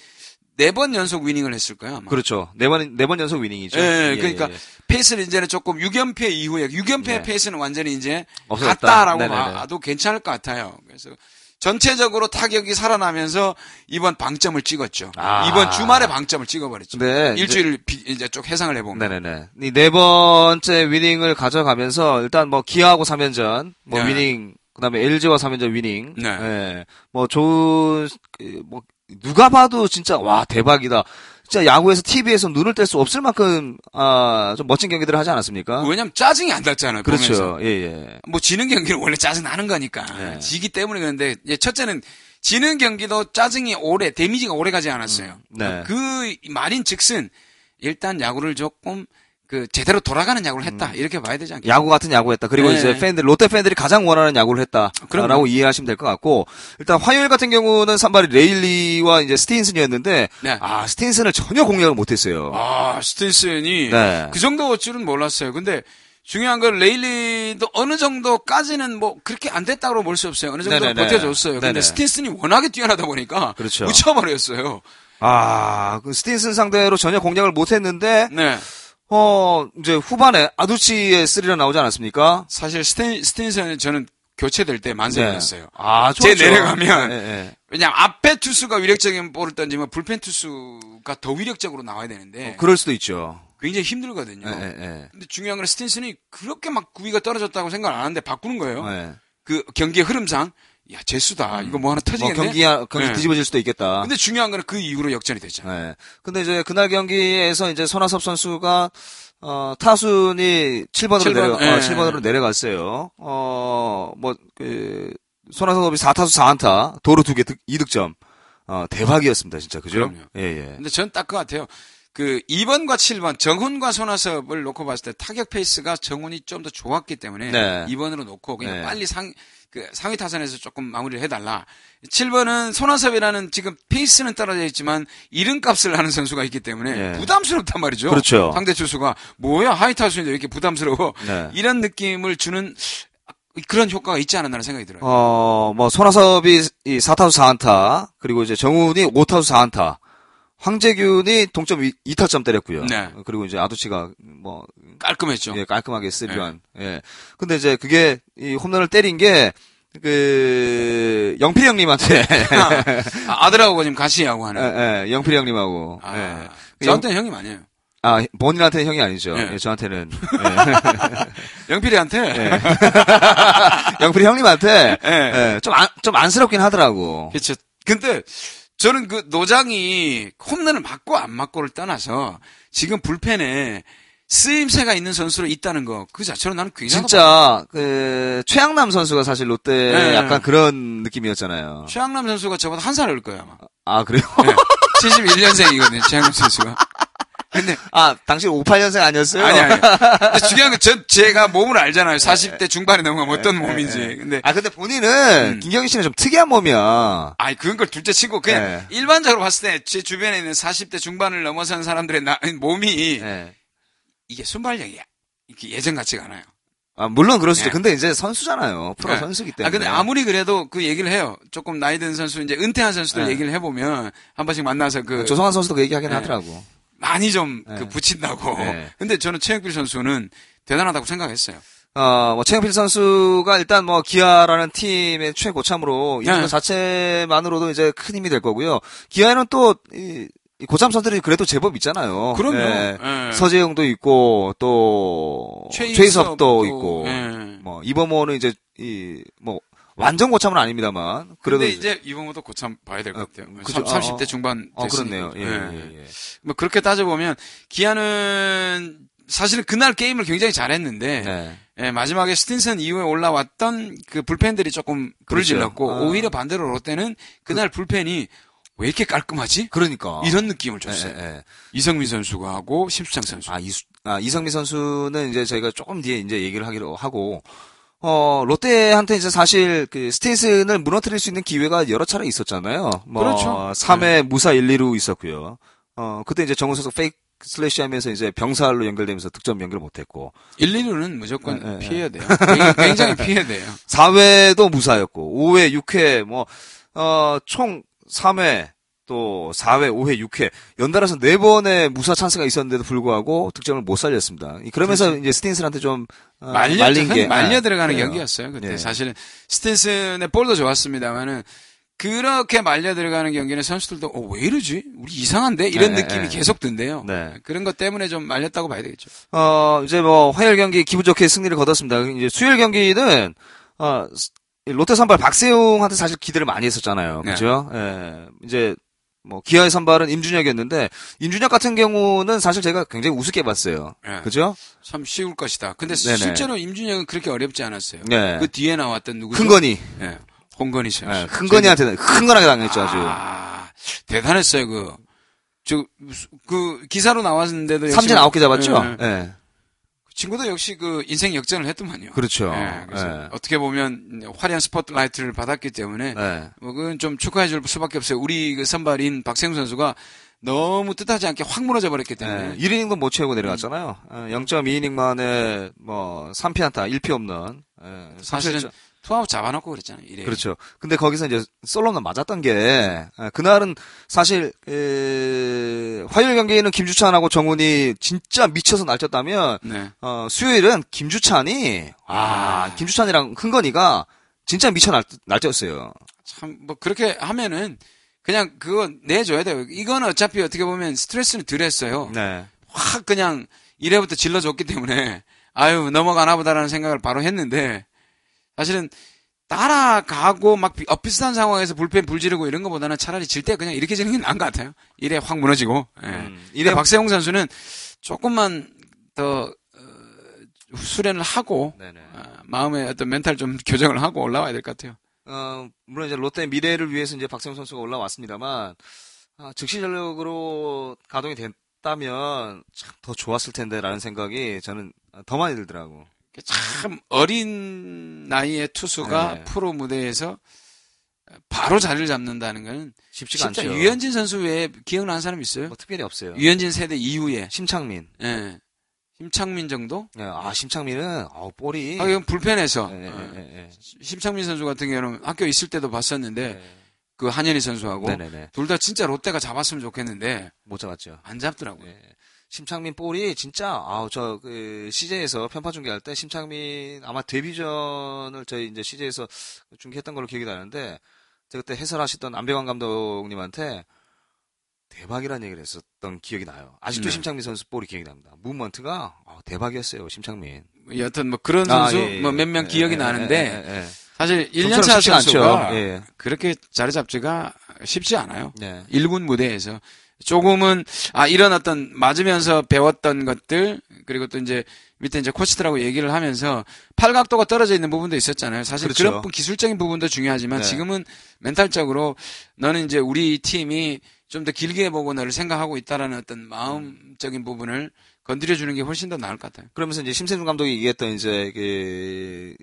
[SPEAKER 5] 네 번 연속 위닝을 했을 거예요. 아마.
[SPEAKER 4] 그렇죠. 네 번 네 번 연속 위닝이죠.
[SPEAKER 5] 예,
[SPEAKER 4] 예,
[SPEAKER 5] 그러니까
[SPEAKER 4] 예, 예.
[SPEAKER 5] 페이스를 이제는 조금 6연패 이후에 6연패
[SPEAKER 4] 예.
[SPEAKER 5] 의 페이스는 완전히 이제
[SPEAKER 4] 없어졌다.
[SPEAKER 5] 갔다라고
[SPEAKER 4] 네네네.
[SPEAKER 5] 봐도 괜찮을 것 같아요. 그래서 전체적으로 타격이 살아나면서 이번 방점을 찍었죠.
[SPEAKER 4] 아.
[SPEAKER 5] 이번 주말에 방점을 찍어버렸죠.
[SPEAKER 4] 네, 이제-
[SPEAKER 5] 일주일 비- 이제, 쭉 해상을 해보면
[SPEAKER 4] 네네네. 이 네 번째 위닝을 가져가면서 일단 뭐 기아하고 3연전, 뭐
[SPEAKER 5] 네.
[SPEAKER 4] 위닝, 그다음에 LG와 3연전 위닝.
[SPEAKER 5] 네.
[SPEAKER 4] 예. 뭐 좋은 그, 뭐 누가 봐도 진짜 와 대박이다. 진짜 야구에서 TV에서 눈을 뗄 수 없을 만큼 아, 좀 멋진 경기들을 하지 않았습니까?
[SPEAKER 5] 왜냐면 짜증이 안 났잖아요. 보면서.
[SPEAKER 4] 그렇죠. 예, 예.
[SPEAKER 5] 뭐 지는 경기는 원래 짜증 나는 거니까
[SPEAKER 4] 네.
[SPEAKER 5] 지기 때문에 그런데 이제 첫째는 지는 경기도 짜증이 오래 데미지가 오래 가지 않았어요.
[SPEAKER 4] 네.
[SPEAKER 5] 그 말인즉슨 일단 야구를 조금 그 제대로 돌아가는 야구를
[SPEAKER 4] 음.
[SPEAKER 5] 했다 이렇게 봐야 되지 않겠나?
[SPEAKER 4] 야구 같은 야구했다. 그리고
[SPEAKER 5] 네.
[SPEAKER 4] 이제 팬들 롯데 팬들이 가장 원하는 야구를
[SPEAKER 5] 그럼요.
[SPEAKER 4] 했다라고 이해하시면 될 것 같고 일단 화요일 같은 경우는 선발이 레일리와 이제 스틴슨이었는데
[SPEAKER 5] 네.
[SPEAKER 4] 아 스틴슨을 전혀 공략을 못했어요.
[SPEAKER 5] 아 스틴슨이
[SPEAKER 4] 네.
[SPEAKER 5] 그 정도 줄은 몰랐어요. 근데 중요한 건 레일리도 어느 정도까지는 뭐 그렇게 안 됐다고 볼 수 없어요. 어느 정도
[SPEAKER 4] 네네네.
[SPEAKER 5] 버텨줬어요. 근데
[SPEAKER 4] 네네.
[SPEAKER 5] 스틴슨이 워낙에 뛰어나다 보니까
[SPEAKER 4] 그렇죠.
[SPEAKER 5] 묻혀버렸어요.
[SPEAKER 4] 아, 그 스틴슨 상대로 전혀 공략을 못했는데,
[SPEAKER 5] 네.
[SPEAKER 4] 어, 이제 후반에 아두치의 스리런 나오지 않았습니까?
[SPEAKER 5] 사실 스틴, 스틴슨은 저는 교체될 때 만세였어요.
[SPEAKER 4] 아,
[SPEAKER 5] 제
[SPEAKER 4] 좋았죠.
[SPEAKER 5] 내려가면.
[SPEAKER 4] 예, 예.
[SPEAKER 5] 왜냐면 앞에 투수가 위력적인 볼을 던지면 불펜 투수가 더 위력적으로 나와야 되는데
[SPEAKER 4] 어, 그럴 수도 있죠.
[SPEAKER 5] 굉장히 힘들거든요.
[SPEAKER 4] 예, 예,
[SPEAKER 5] 근데 중요한 건 스틴슨이 그렇게 막 구위가 떨어졌다고 생각 안 하는데 바꾸는 거예요.
[SPEAKER 4] 예. 예.
[SPEAKER 5] 그 경기의 흐름상 야 재수다. 이거 뭐 하나
[SPEAKER 4] 뭐
[SPEAKER 5] 터지겠네.
[SPEAKER 4] 경기 경기
[SPEAKER 5] 네.
[SPEAKER 4] 뒤집어질 수도 있겠다.
[SPEAKER 5] 근데 중요한 거는 그 이후로 역전이 됐잖아.
[SPEAKER 4] 네. 근데 이제 그날 경기에서 이제 손아섭 선수가 어, 타순이 7번으로
[SPEAKER 5] 칠 번,
[SPEAKER 4] 내려
[SPEAKER 5] 예.
[SPEAKER 4] 어, 7번으로 내려갔어요. 어, 뭐그 손아섭이 4타수 4안타, 도루 2개 2득점. 어, 대박이었습니다, 진짜. 그죠?
[SPEAKER 5] 그럼요.
[SPEAKER 4] 예, 예.
[SPEAKER 5] 근데 전 딱 그 같아요. 그 2번과 7번 정훈과 손아섭을 놓고 봤을 때 타격 페이스가 정훈이 좀 더 좋았기 때문에
[SPEAKER 4] 네.
[SPEAKER 5] 2번으로 놓고 그냥
[SPEAKER 4] 네.
[SPEAKER 5] 빨리 상, 그 상위 타선에서 조금 마무리를 해달라. 7번은 손아섭이라는 지금 페이스는 떨어져 있지만 이름값을 하는 선수가 있기 때문에
[SPEAKER 4] 네.
[SPEAKER 5] 부담스럽단 말이죠.
[SPEAKER 4] 그렇죠.
[SPEAKER 5] 상대 투수가 뭐야 하이 타수인데 왜 이렇게 부담스러워
[SPEAKER 4] 네.
[SPEAKER 5] 이런 느낌을 주는 그런 효과가 있지 않았나 생각이 들어요.
[SPEAKER 4] 어, 뭐 손아섭이 이 4타수 4안타, 그리고 이제 정훈이 5타수 4안타. 황재균이 동점 2타점 때렸고요.
[SPEAKER 5] 네.
[SPEAKER 4] 그리고 이제 아두치가 뭐
[SPEAKER 5] 깔끔했죠.
[SPEAKER 4] 예, 깔끔하게 쓰리런.
[SPEAKER 5] 네.
[SPEAKER 4] 예. 근데 이제 그게 이 홈런을 때린 게, 그, 영필이 형님한테.
[SPEAKER 5] 아, 들하고 지금 같이 야구하는.
[SPEAKER 4] 예, 예, 영필이 형님하고.
[SPEAKER 5] 네. 아,
[SPEAKER 4] 예. 그 영-
[SPEAKER 5] 저한테는 형님 아니에요.
[SPEAKER 4] 아, 본인한테는 형이 아니죠.
[SPEAKER 5] 예.
[SPEAKER 4] 예, 저한테는.
[SPEAKER 5] 영필이한테
[SPEAKER 4] 예. 예. 영필이 형님한테.
[SPEAKER 5] 예.
[SPEAKER 4] 예, 좀 안, 좀 안쓰럽긴 하더라고.
[SPEAKER 5] 그렇죠. 근데 저는 그 노장이 홈런을 맞고 안 맞고를 떠나서 지금 불펜에 쓰임새가 있는 선수로 있다는 거 그 자체로 나는 굉장히
[SPEAKER 4] 진짜, 그, 최양남 선수가 사실 롯데
[SPEAKER 5] 예.
[SPEAKER 4] 약간 그런 느낌이었잖아요.
[SPEAKER 5] 최양남 네. 선수가 저보다 한 살 어릴 거예요 아마.
[SPEAKER 4] 아, 그래요?
[SPEAKER 5] 71년생이거든요 최양남 선수가. 근데
[SPEAKER 4] 아, 당시 58년생 아니었어요?
[SPEAKER 5] 아니 아니. 근데 중요한 건전 제가 몸을 알잖아요.
[SPEAKER 4] 네.
[SPEAKER 5] 40대 중반에 넘어가면 어떤 몸인지. 근데 음.
[SPEAKER 4] 아, 근데 본인은 김경희 씨는 좀 특이한 몸이야.
[SPEAKER 5] 아니 그건 걸 둘째 치고 그냥
[SPEAKER 4] 네.
[SPEAKER 5] 일반적으로 봤을 때 제 주변에 있는 40대 중반을 넘어선 사람들의 나, 몸이
[SPEAKER 4] 예.
[SPEAKER 5] 이게 순발력이야. 이게 예전 같지가 않아요.
[SPEAKER 4] 아, 물론 그럴 수도
[SPEAKER 5] 예.
[SPEAKER 4] 근데 이제 선수잖아요. 프로
[SPEAKER 5] 네.
[SPEAKER 4] 선수기
[SPEAKER 5] 아,
[SPEAKER 4] 때문에.
[SPEAKER 5] 근데 아무리 그래도 그 얘기를 해요. 조금 나이 든 선수, 이제 은퇴한 선수들
[SPEAKER 4] 네.
[SPEAKER 5] 얘기를 해보면 한 번씩 만나서 그
[SPEAKER 4] 조성환 선수도 그 얘기하긴
[SPEAKER 5] 네.
[SPEAKER 4] 하더라고.
[SPEAKER 5] 많이 좀 그
[SPEAKER 4] 네.
[SPEAKER 5] 붙인다고.
[SPEAKER 4] 네.
[SPEAKER 5] 근데 저는 최영필 선수는 대단하다고 생각했어요.
[SPEAKER 4] 어, 뭐, 최영필 선수가 일단 뭐, 기아라는 팀의 최고참으로, 이런
[SPEAKER 5] 네.
[SPEAKER 4] 것 자체만으로도 이제 큰 힘이 될 거고요. 기아에는 또, 이, 이 고참 선수들이 그래도 제법 있잖아요.
[SPEAKER 5] 그럼요.
[SPEAKER 4] 예.
[SPEAKER 5] 예.
[SPEAKER 4] 서재용도 있고, 또,
[SPEAKER 5] 최인섭도
[SPEAKER 4] 최희섭도 있고,
[SPEAKER 5] 예.
[SPEAKER 4] 뭐, 이범호는 이제, 이, 뭐, 완전 고참은 아닙니다만, 그래도.
[SPEAKER 5] 근데 이제 이번부터 고참 봐야 될 것 같아요. 뭐
[SPEAKER 4] 어, 그죠.
[SPEAKER 5] 삼 30대 중반
[SPEAKER 4] 어,
[SPEAKER 5] 됐으니까.
[SPEAKER 4] 그렇네요. 예, 예, 예.
[SPEAKER 5] 뭐 그렇게 따져보면 기아는 사실은 그날 게임을 굉장히 잘했는데
[SPEAKER 4] 네.
[SPEAKER 5] 예, 마지막에 스틴슨 이후에 올라왔던 그 불펜들이 조금 불을
[SPEAKER 4] 그렇죠.
[SPEAKER 5] 질렀고
[SPEAKER 4] 아.
[SPEAKER 5] 오히려 반대로 롯데는 그날 불펜이 왜 이렇게 깔끔하지?
[SPEAKER 4] 그러니까.
[SPEAKER 5] 이런 느낌을
[SPEAKER 4] 예,
[SPEAKER 5] 줬어요.
[SPEAKER 4] 예, 예.
[SPEAKER 5] 이성민 선수가 하고 심수창 선수.
[SPEAKER 4] 아, 이수, 아, 이성미 선수는 이제 저희가 조금 뒤에 이제 얘기를 하기로 하고, 어, 롯데한테 이제 사실 그 스테이슨을 무너뜨릴 수 있는 기회가 여러 차례 있었잖아요. 뭐,
[SPEAKER 5] 그렇죠.
[SPEAKER 4] 3회 무사 1, 2루 있었고요. 어, 그때 이제 정우 선수 페이크 슬래시 하면서 이제 병살로 연결되면서 득점 연결 못했고,
[SPEAKER 5] 1, 2루는 무조건
[SPEAKER 4] 네, 네,
[SPEAKER 5] 피해야 돼요. 굉장히- 굉장히 피해야 돼요.
[SPEAKER 4] 4회도 무사였고, 5회, 6회, 뭐, 어, 총 3회, 또 4회, 5회, 6회 연달아서 4번의 무사 찬스가 있었는데도 불구하고 득점을 못 살렸습니다. 이- 그러면서 이제 스틴슨한테 좀 어,
[SPEAKER 5] 말려,
[SPEAKER 4] 말린 게
[SPEAKER 5] 말려
[SPEAKER 4] 아,
[SPEAKER 5] 들어가는
[SPEAKER 4] 그래요.
[SPEAKER 5] 경기였어요. 그때
[SPEAKER 4] 예.
[SPEAKER 5] 사실은 스틴슨의 볼도 좋았습니다만은 그렇게 말려 들어가는 경기는 선수들도 어, 왜 이러지? 우리 이상한데? 이런
[SPEAKER 4] 네,
[SPEAKER 5] 느낌이
[SPEAKER 4] 네.
[SPEAKER 5] 계속 든대요.
[SPEAKER 4] 네.
[SPEAKER 5] 그런 것 때문에 좀 말렸다고 봐야 되겠죠.
[SPEAKER 4] 어, 이제 뭐 화요일 경기 기분 좋게 승리를 거뒀습니다. 이제 수요일 경기는 어, 스- 이 롯데 선발 박세웅한테 사실 기대를 많이 했었잖아요.
[SPEAKER 5] 네.
[SPEAKER 4] 그죠? 예. 이제 뭐 기아의 선발은 임준혁이었는데 임준혁 같은 경우는 사실 제가 굉장히 우습게 봤어요.
[SPEAKER 5] 네.
[SPEAKER 4] 그죠?
[SPEAKER 5] 참 쉬울 것이다. 근데
[SPEAKER 4] 네네.
[SPEAKER 5] 실제로 임준혁은 그렇게 어렵지 않았어요.
[SPEAKER 4] 네.
[SPEAKER 5] 그 뒤에 나왔던 누구죠?
[SPEAKER 4] 큰건이
[SPEAKER 5] 예. 홍건희 씨.
[SPEAKER 4] 예, 큰건이한테 큰건하게 당했죠 아주.
[SPEAKER 5] 아, 대단했어요, 그. 저, 무슨- 그, 기사로 나왔는데도. 역시
[SPEAKER 4] 삼진 아홉 개 잡았죠?
[SPEAKER 5] 예, 예.
[SPEAKER 4] 예.
[SPEAKER 5] 그 친구도 역시 그 인생 역전을 했더만요.
[SPEAKER 4] 그렇죠.
[SPEAKER 5] 예, 그래서
[SPEAKER 4] 예.
[SPEAKER 5] 어떻게 보면 화려한 스포트라이트를 받았기 때문에.
[SPEAKER 4] 예.
[SPEAKER 5] 뭐, 그건 좀 축하해 줄 수밖에 없어요. 우리 그 선발인 박세웅 선수가 너무 뜻하지 않게 확 무너져 버렸기 때문에.
[SPEAKER 4] 예, 1이닝도 못 채우고 내려갔잖아요.
[SPEAKER 5] 음.
[SPEAKER 4] 예, 0.2이닝 만에 뭐 3피안타 1피 없는 예,
[SPEAKER 5] 사실은 예. 투아웃 잡아놓고 그랬잖아요. 이래.
[SPEAKER 4] 그렇죠. 근데 거기서 이제 솔로는 맞았던 게 아, 그날은 사실 에, 화요일 경기에는 김주찬하고 정훈이 진짜 미쳐서 날뛰었다면
[SPEAKER 5] 네.
[SPEAKER 4] 어, 수요일은 김주찬이 아 김주찬이랑 흥건이가 진짜 미쳐 날, 날뛰었어요.
[SPEAKER 5] 참, 뭐, 그렇게 하면은, 그냥 그거 내줘야 돼요. 이건 어차피 어떻게 보면 스트레스는 덜 했어요.
[SPEAKER 4] 네.
[SPEAKER 5] 확 그냥 이래부터 질러줬기 때문에, 아유, 넘어가나 보다라는 생각을 바로 했는데, 사실은 따라가고 막 비- 어, 비슷한 상황에서 불펜 불지르고 이런 것보다는 차라리 질 때 그냥 이렇게 지는 게 나은 것 같아요. 이래 확 무너지고. 예.
[SPEAKER 4] 이래
[SPEAKER 5] 이래 박세웅 선수는 조금만 더 어, 수련을 하고
[SPEAKER 4] 네네.
[SPEAKER 5] 어, 마음의 어떤 멘탈 좀 교정을 하고 올라와야 될 것 같아요.
[SPEAKER 4] 어, 물론 이제 롯데의 미래를 위해서 이제 박세웅 선수가 올라왔습니다만 아, 즉시 전력으로 가동이 됐다면 참 더 좋았을 텐데라는 생각이 저는 더 많이 들더라고.
[SPEAKER 5] 참 어린 나이의 투수가
[SPEAKER 4] 네.
[SPEAKER 5] 프로 무대에서 바로 자리를 잡는다는 건
[SPEAKER 4] 쉽지가
[SPEAKER 5] 진짜
[SPEAKER 4] 않죠.
[SPEAKER 5] 유현진 선수 외에 기억나는 사람 있어요?
[SPEAKER 4] 뭐 특별히 없어요. 네.
[SPEAKER 5] 유현진 세대 이후에
[SPEAKER 4] 심창민.
[SPEAKER 5] 예. 심창민 정도?
[SPEAKER 4] 예, 아 심창민은 어, 볼이
[SPEAKER 5] 아, 이건 불펜에서
[SPEAKER 4] 예, 예,
[SPEAKER 5] 어,
[SPEAKER 4] 예, 예.
[SPEAKER 5] 심창민 선수 같은 경우는 학교 있을 때도 봤었는데
[SPEAKER 4] 예.
[SPEAKER 5] 그 한현희 선수하고
[SPEAKER 4] 네네네.
[SPEAKER 5] 둘 다 진짜 롯데가 잡았으면 좋겠는데
[SPEAKER 4] 못 잡았죠.
[SPEAKER 5] 안 잡더라고요.
[SPEAKER 4] 예. 심창민 볼이 진짜 아우 저그 CJ에서 편파 중계할 때 심창민 아마 데뷔전을 저희 이제 CJ에서 중계했던 걸로 기억이 나는데 제가 그때 해설하셨던 안배관 감독님한테 대박이라는 얘기를 했었던 기억이 나요. 아직도
[SPEAKER 5] 네.
[SPEAKER 4] 심창민 선수 볼이 기억이 납니다. 무브먼트가 아, 대박이었어요. 심창민.
[SPEAKER 5] 여하튼 뭐 그런 선수
[SPEAKER 4] 아, 예, 예.
[SPEAKER 5] 뭐 몇 명
[SPEAKER 4] 예,
[SPEAKER 5] 기억이
[SPEAKER 4] 예,
[SPEAKER 5] 나는데
[SPEAKER 4] 예, 예, 예.
[SPEAKER 5] 사실
[SPEAKER 4] 좀처럼
[SPEAKER 5] 1년차
[SPEAKER 4] 쉽지가 않죠.
[SPEAKER 5] 선수가
[SPEAKER 4] 예.
[SPEAKER 5] 그렇게 자리 잡지가 쉽지 않아요.
[SPEAKER 4] 네.
[SPEAKER 5] 일군 무대에서 조금은 아 이런 어떤 맞으면서 배웠던 것들 그리고 또 이제 밑에 이제 코치들하고 얘기를 하면서 팔각도가 떨어져 있는 부분도 있었잖아요. 사실 그
[SPEAKER 4] 그렇죠.
[SPEAKER 5] 런 기술적인 부분도 중요하지만
[SPEAKER 4] 네.
[SPEAKER 5] 지금은 멘탈적으로 너는 이제 우리 팀이 좀 더 길게 보고 너를 생각하고 있다라는 어떤 마음적인 부분을 건드려 주는 게 훨씬 더 나을 것 같아요.
[SPEAKER 4] 그러면서 이제 심세준 감독이 얘기했던 이제 그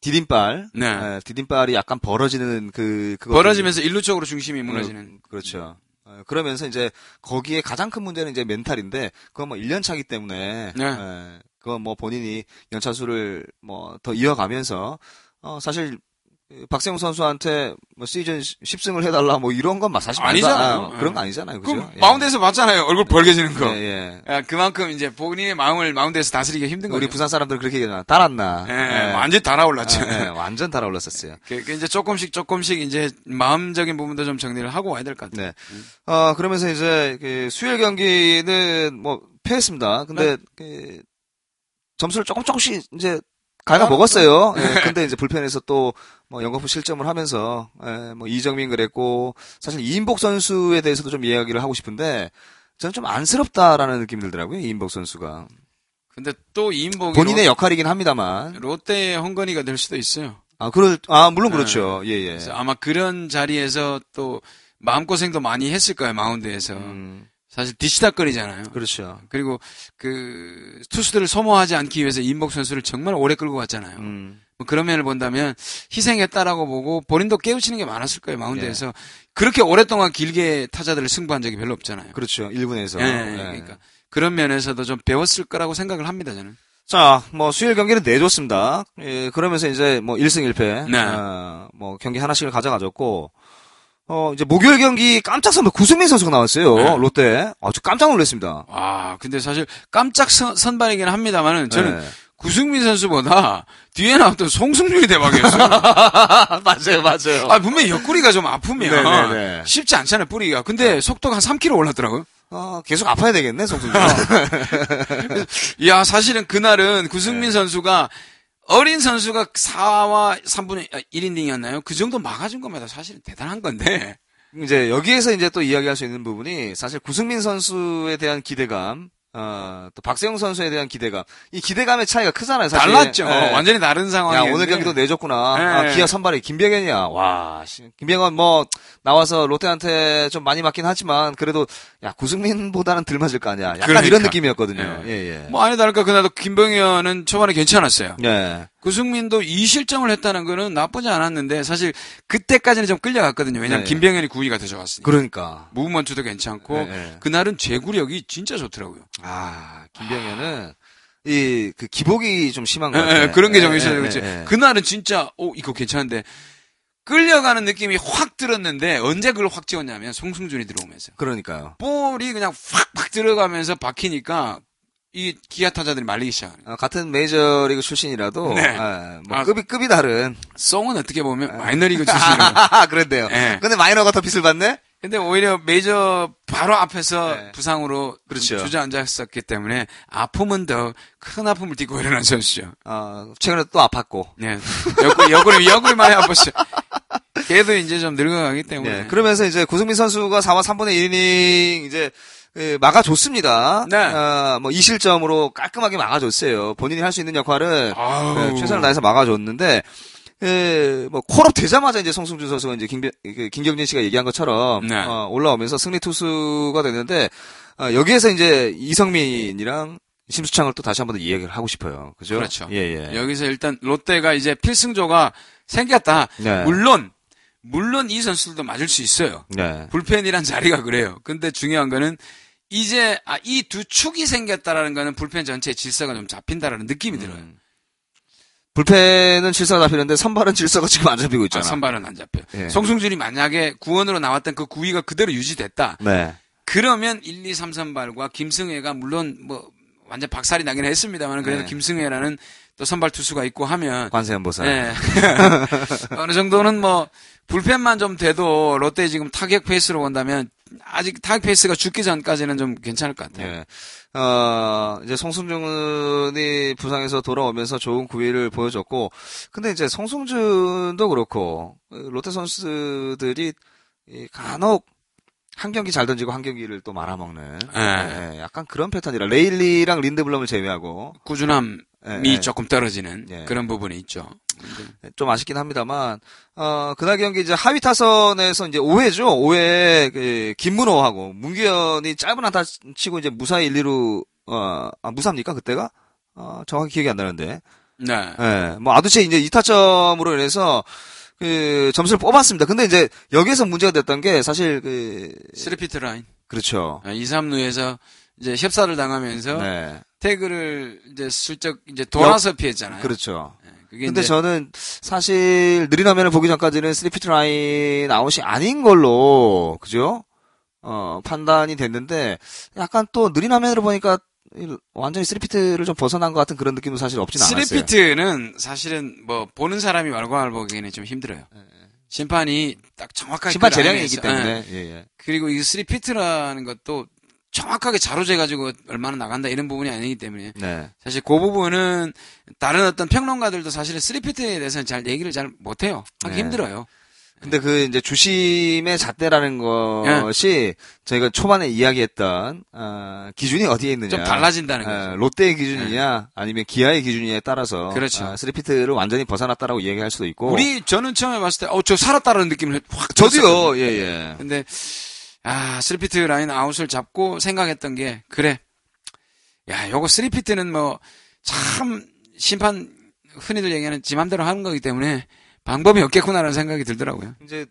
[SPEAKER 4] 디딤발,
[SPEAKER 5] 네.
[SPEAKER 4] 예, 디딤발이 약간 벌어지는 그 그거
[SPEAKER 5] 벌어지면서 일루 쪽으로 중심이 무너지는
[SPEAKER 4] 어, 그렇죠.
[SPEAKER 5] 네.
[SPEAKER 4] 어, 그러면서 이제 거기에 가장 큰 문제는 이제 멘탈인데 그건 뭐 1년 차기 때문에
[SPEAKER 5] 네.
[SPEAKER 4] 예, 그건 뭐 본인이 연차수를 뭐 더 이어가면서 어 사실 박세웅 선수한테 뭐 시즌 10승을 해달라 뭐 이런 건 사실 말도 안-
[SPEAKER 5] 아니잖아요.
[SPEAKER 4] 아, 그런 거 아니잖아요. 그죠?
[SPEAKER 5] 그럼
[SPEAKER 4] 예.
[SPEAKER 5] 마운드에서 봤잖아요. 얼굴 벌개지는 거.
[SPEAKER 4] 예, 예.
[SPEAKER 5] 아, 그만큼 이제 본인의 마음을 마운드에서 다스리기 힘든
[SPEAKER 4] 우리
[SPEAKER 5] 거죠.
[SPEAKER 4] 부산 사람들은 그렇게 얘기하잖아. 달았나.
[SPEAKER 5] 예,
[SPEAKER 4] 예.
[SPEAKER 5] 완전 달아올랐죠.
[SPEAKER 4] 아, 예, 완전 달아올랐었어요.
[SPEAKER 5] 그, 그 이제 조금씩 조금씩 이제 마음적인 부분도 좀 정리를 하고 와야 될 것 같아요.
[SPEAKER 4] 네. 어, 그러면서 이제 그 수요일 경기는 뭐 패했습니다.
[SPEAKER 5] 네.
[SPEAKER 4] 근데 그 점수를 조금 조금씩 이제 갈아 먹었어요.
[SPEAKER 5] 네.
[SPEAKER 4] 예, 근데 이제 불펜에서 또뭐 영거푸 실점을 하면서 예, 뭐 이정민 그랬고 사실 이인복 선수에 대해서도 좀 이야기를 하고 싶은데 저는 좀 안쓰럽다라는 느낌이 들더라고요. 이인복 선수가
[SPEAKER 5] 근데 또 이인복이
[SPEAKER 4] 본인의 역할이긴 합니다만
[SPEAKER 5] 롯, 데의 헝거니가 될 수도 있어요.
[SPEAKER 4] 아 그럴 아 물론
[SPEAKER 5] 네.
[SPEAKER 4] 그렇죠. 예 예.
[SPEAKER 5] 그래서 아마 그런 자리에서 또 마음고생도 많이 했을 거예요. 마운드에서.
[SPEAKER 4] 음,
[SPEAKER 5] 사실 뒤치다거리잖아요.
[SPEAKER 4] 그렇죠.
[SPEAKER 5] 그리고 그 투수들을 소모하지 않기 위해서 이인복 선수를 정말 오래 끌고 갔잖아요.
[SPEAKER 4] 음,
[SPEAKER 5] 뭐 그런 면을 본다면 희생했다라고 보고 본인도 깨우치는 게 많았을 거예요. 마운드에서
[SPEAKER 4] 네.
[SPEAKER 5] 그렇게 오랫동안 길게 타자들을 승부한 적이 별로 없잖아요.
[SPEAKER 4] 그렇죠. 1군에서.
[SPEAKER 5] 예, 예, 그러니까 그런 면에서도 좀 배웠을 거라고 생각을 합니다. 저는.
[SPEAKER 4] 자, 뭐 수요일 경기는 내줬습니다. 예, 그러면서 이제 뭐 1승 1패.
[SPEAKER 5] 네.
[SPEAKER 4] 뭐 경기 하나씩을 가져가졌고 어, 이제 목요일 경기 깜짝 선발 구승민 선수가 나왔어요.
[SPEAKER 5] 네.
[SPEAKER 4] 롯데. 아, 저 깜짝 놀랐습니다.
[SPEAKER 5] 아, 근데 사실 깜짝 선, 선발이긴 합니다만은 저는
[SPEAKER 4] 네.
[SPEAKER 5] 구승민 선수보다 뒤에 나왔던 송승준이 대박이었어요.
[SPEAKER 4] 맞아요, 맞아요.
[SPEAKER 5] 아, 분명히 옆구리가 좀 아프면
[SPEAKER 4] 네, 네, 네.
[SPEAKER 5] 쉽지 않잖아요, 뿌리가. 근데 속도가 한 3km 올랐더라고요.
[SPEAKER 4] 계속 아파야 되겠네, 송승준.
[SPEAKER 5] 야, 사실은 그날은
[SPEAKER 4] 네.
[SPEAKER 5] 구승민 선수가 어린 선수가 4와 3분의 1인딩이었나요? 그 정도 막아준 것마다 사실은 대단한 건데.
[SPEAKER 4] 이제 여기에서 이제 또 이야기할 수 있는 부분이 사실 구승민 선수에 대한 기대감, 어, 또 박세웅 선수에 대한 기대감. 이 기대감의 차이가 크잖아요, 사실.
[SPEAKER 5] 달랐죠.
[SPEAKER 4] 예.
[SPEAKER 5] 완전히 다른
[SPEAKER 4] 야,
[SPEAKER 5] 상황이었는데.
[SPEAKER 4] 오늘 경기도 내줬구나.
[SPEAKER 5] 예.
[SPEAKER 4] 아, 기아 선발이 김병현이야. 와, 씨. 김병현 뭐, 나와서 롯데한테 좀 많이 맞긴 하지만, 그래도, 야, 구승민보다는 덜 맞을 거 아니야. 약간
[SPEAKER 5] 그러니까.
[SPEAKER 4] 이런 느낌이었거든요. 예, 예.
[SPEAKER 5] 뭐 아니 다를까 그나도 김병현은 초반에 괜찮았어요.
[SPEAKER 4] 예.
[SPEAKER 5] 구승민도 2실점을 했다는 거는 나쁘지 않았는데 사실 그때까지는 좀 끌려갔거든요. 왜냐면
[SPEAKER 4] 네.
[SPEAKER 5] 김병현이 9위가 더 좋았으니까.
[SPEAKER 4] 그러니까.
[SPEAKER 5] 무브먼트도 괜찮고
[SPEAKER 4] 네, 네.
[SPEAKER 5] 그날은 제구력이 진짜 좋더라고요.
[SPEAKER 4] 아, 김병현은, 이, 그, 기복이 좀 심한 것
[SPEAKER 5] 예,
[SPEAKER 4] 같아요.
[SPEAKER 5] 예, 그런 게 좀
[SPEAKER 4] 예,
[SPEAKER 5] 있어요.
[SPEAKER 4] 예,
[SPEAKER 5] 그렇지.
[SPEAKER 4] 예, 예.
[SPEAKER 5] 그날은 진짜 오 이거 괜찮은데 끌려가는 느낌이 확 들었는데 언제 그걸 확 찍었냐면 송승준이 들어오면서
[SPEAKER 4] 그러니까요.
[SPEAKER 5] 볼이 그냥 확팍 들어가면서 박히니까 이 기아 타자들이 말리기 시작하는. 거예요.
[SPEAKER 4] 어, 같은 메이저리그 출신이라도,
[SPEAKER 5] 네.
[SPEAKER 4] 예, 뭐
[SPEAKER 5] 아.
[SPEAKER 4] 급이 급이 다른.
[SPEAKER 5] 송은 어떻게 보면 마이너리그 출신이라고
[SPEAKER 4] 아, 그랬네요.
[SPEAKER 5] 예.
[SPEAKER 4] 근데 마이너가 더 빚을 받네.
[SPEAKER 5] 근데 오히려 메이저 바로 앞에서
[SPEAKER 4] 네.
[SPEAKER 5] 부상으로
[SPEAKER 4] 그렇죠.
[SPEAKER 5] 주저앉았었기 때문에 아픔은 더 큰 아픔을 딛고 일어난 선수죠.
[SPEAKER 4] 아, 최근에 또 아팠고.
[SPEAKER 5] 네. 옆구리, 옆구리, 옆구리 많이 아팠죠. 걔도 이제 좀 늙어가기 때문에.
[SPEAKER 4] 네. 그러면서 이제 고승민 선수가 4와 3분의 1이닝 이제 예, 막아줬습니다.
[SPEAKER 5] 네.
[SPEAKER 4] 아, 뭐 2실점으로 깔끔하게 막아줬어요. 본인이 할 수 있는 역할은
[SPEAKER 5] 아우.
[SPEAKER 4] 예, 최선을 다해서 막아줬는데 예, 뭐 콜업 되자마자 이제 성승준 선수가 이제 김, 김경진 씨가 얘기한 것처럼
[SPEAKER 5] 네.
[SPEAKER 4] 어, 올라오면서 승리 투수가 됐는데 아, 여기에서 이제 이성민이랑 심수창을 또 다시 한 번 더 이야기를 하고 싶어요. 그죠?
[SPEAKER 5] 그렇죠.
[SPEAKER 4] 예, 예.
[SPEAKER 5] 여기서 일단 롯데가 이제 필승조가 생겼다.
[SPEAKER 4] 네.
[SPEAKER 5] 물론, 물론 이 선수들도 맞을 수 있어요.
[SPEAKER 4] 네.
[SPEAKER 5] 불펜이란 자리가 그래요. 근데 중요한 거는 이제 아, 이 두 축이 생겼다라는 거는 불펜 전체의 질서가 좀 잡힌다라는
[SPEAKER 4] 음.
[SPEAKER 5] 느낌이 들어요.
[SPEAKER 4] 불펜은 질서가 잡히는데 선발은 질서가 지금 안 잡히고
[SPEAKER 5] 아,
[SPEAKER 4] 있잖아.
[SPEAKER 5] 선발은 안 잡혀.
[SPEAKER 4] 예.
[SPEAKER 5] 송승준이 만약에 구원으로 나왔던 그 구위가 그대로 유지됐다.
[SPEAKER 4] 네.
[SPEAKER 5] 그러면 1, 2, 3 선발과 김승혜가 물론 뭐 완전 박살이 나긴 했습니다만 그래도
[SPEAKER 4] 네.
[SPEAKER 5] 김승혜라는 또 선발 투수가 있고 하면
[SPEAKER 4] 관세음보살.
[SPEAKER 5] 예. 어느 정도는 뭐 불펜만 좀 돼도 롯데 지금 타격 페이스로 본다면 아직 타격 페이스가 죽기 전까지는 좀 괜찮을 것 같아요.
[SPEAKER 4] 예. 어, 이제 송승준이 부상에서 돌아오면서 좋은 구위를 보여줬고, 근데 이제 송승준도 그렇고, 롯데 선수들이 이 간혹 한 경기 잘 던지고 한 경기를 또 말아먹는.
[SPEAKER 5] 예.
[SPEAKER 4] 예, 약간 그런 패턴이라, 레일리랑 린드블럼을 제외하고,
[SPEAKER 5] 꾸준함이
[SPEAKER 4] 예, 예.
[SPEAKER 5] 조금 떨어지는
[SPEAKER 4] 예.
[SPEAKER 5] 그런 부분이 있죠.
[SPEAKER 4] 좀 아쉽긴 합니다만, 어, 그날 경기 이제 하위 타선에서 이제 5회죠? 5회, 그, 김문호하고 문규현이 짧은 안타 치고 이제 무사히 1, 2루, 어, 아, 무사입니까? 그때가? 어, 정확히 기억이 안 나는데.
[SPEAKER 5] 네.
[SPEAKER 4] 예, 뭐, 아두채 이제 2타점으로 인해서, 그, 점수를 뽑았습니다. 근데 이제, 여기에서 문제가 됐던 게, 사실, 그,
[SPEAKER 5] 스리피트 라인.
[SPEAKER 4] 그렇죠.
[SPEAKER 5] 2, 3루에서 이제 협사를 당하면서
[SPEAKER 4] 네.
[SPEAKER 5] 태그를 이제 슬쩍 이제 돌아서 피했잖아요.
[SPEAKER 4] 그렇죠.
[SPEAKER 5] 그게
[SPEAKER 4] 근데
[SPEAKER 5] 이제
[SPEAKER 4] 저는 사실 느린 화면을 보기 전까지는 3피트 라인 아웃이 아닌 걸로 그죠? 어 판단이 됐는데 약간 또 느린 화면으로 보니까 이- 완전히 3피트를 좀 벗어난 것 같은 그런 느낌도 사실 없진 않았어요.
[SPEAKER 5] 스리피트는 사실은 뭐 보는 사람이 말과말 보기에는 좀 힘들어요. 심판이 딱 정확하게
[SPEAKER 4] 네, 심판
[SPEAKER 5] 그
[SPEAKER 4] 재량이
[SPEAKER 5] 라인에서-
[SPEAKER 4] 있기
[SPEAKER 5] 예.
[SPEAKER 4] 때문에 예, 예.
[SPEAKER 5] 그리고 이 스리피트라는 것도 정확하게 자로재가지고 얼마나 나간다 이런 부분이 아니기 때문에
[SPEAKER 4] 네.
[SPEAKER 5] 사실 그 부분은 다른 어떤 평론가들도 사실은 스리피트에 대해서는 잘 얘기를 잘 못해요. 하기
[SPEAKER 4] 네.
[SPEAKER 5] 힘들어요.
[SPEAKER 4] 근데 그 이제 주심의 잣대라는 것이 저희가 초반에 이야기했던 어, 기준이 어디에 있느냐
[SPEAKER 5] 좀 달라진다는
[SPEAKER 4] 아,
[SPEAKER 5] 거죠. 예.
[SPEAKER 4] 롯데의 기준이냐 아니면 기아의 기준이냐에 따라서
[SPEAKER 5] 그렇죠.
[SPEAKER 4] 아, 3피트를 완전히 벗어났다라고 이야기할 수도 있고
[SPEAKER 5] 우리 저는 처음에 봤을 때 어 저 살았다라는 느낌을 확 들었었거든요.
[SPEAKER 4] 저도요. 예, 예.
[SPEAKER 5] 근데 아 스리피트 라인 아웃을 잡고 생각했던 게 그래 야 요거 스리피트는 뭐 참 심판 흔히들 얘기하는 지 맘대로 하는 거기 때문에 방법이 없겠구나라는 생각이 들더라고요.
[SPEAKER 4] 이제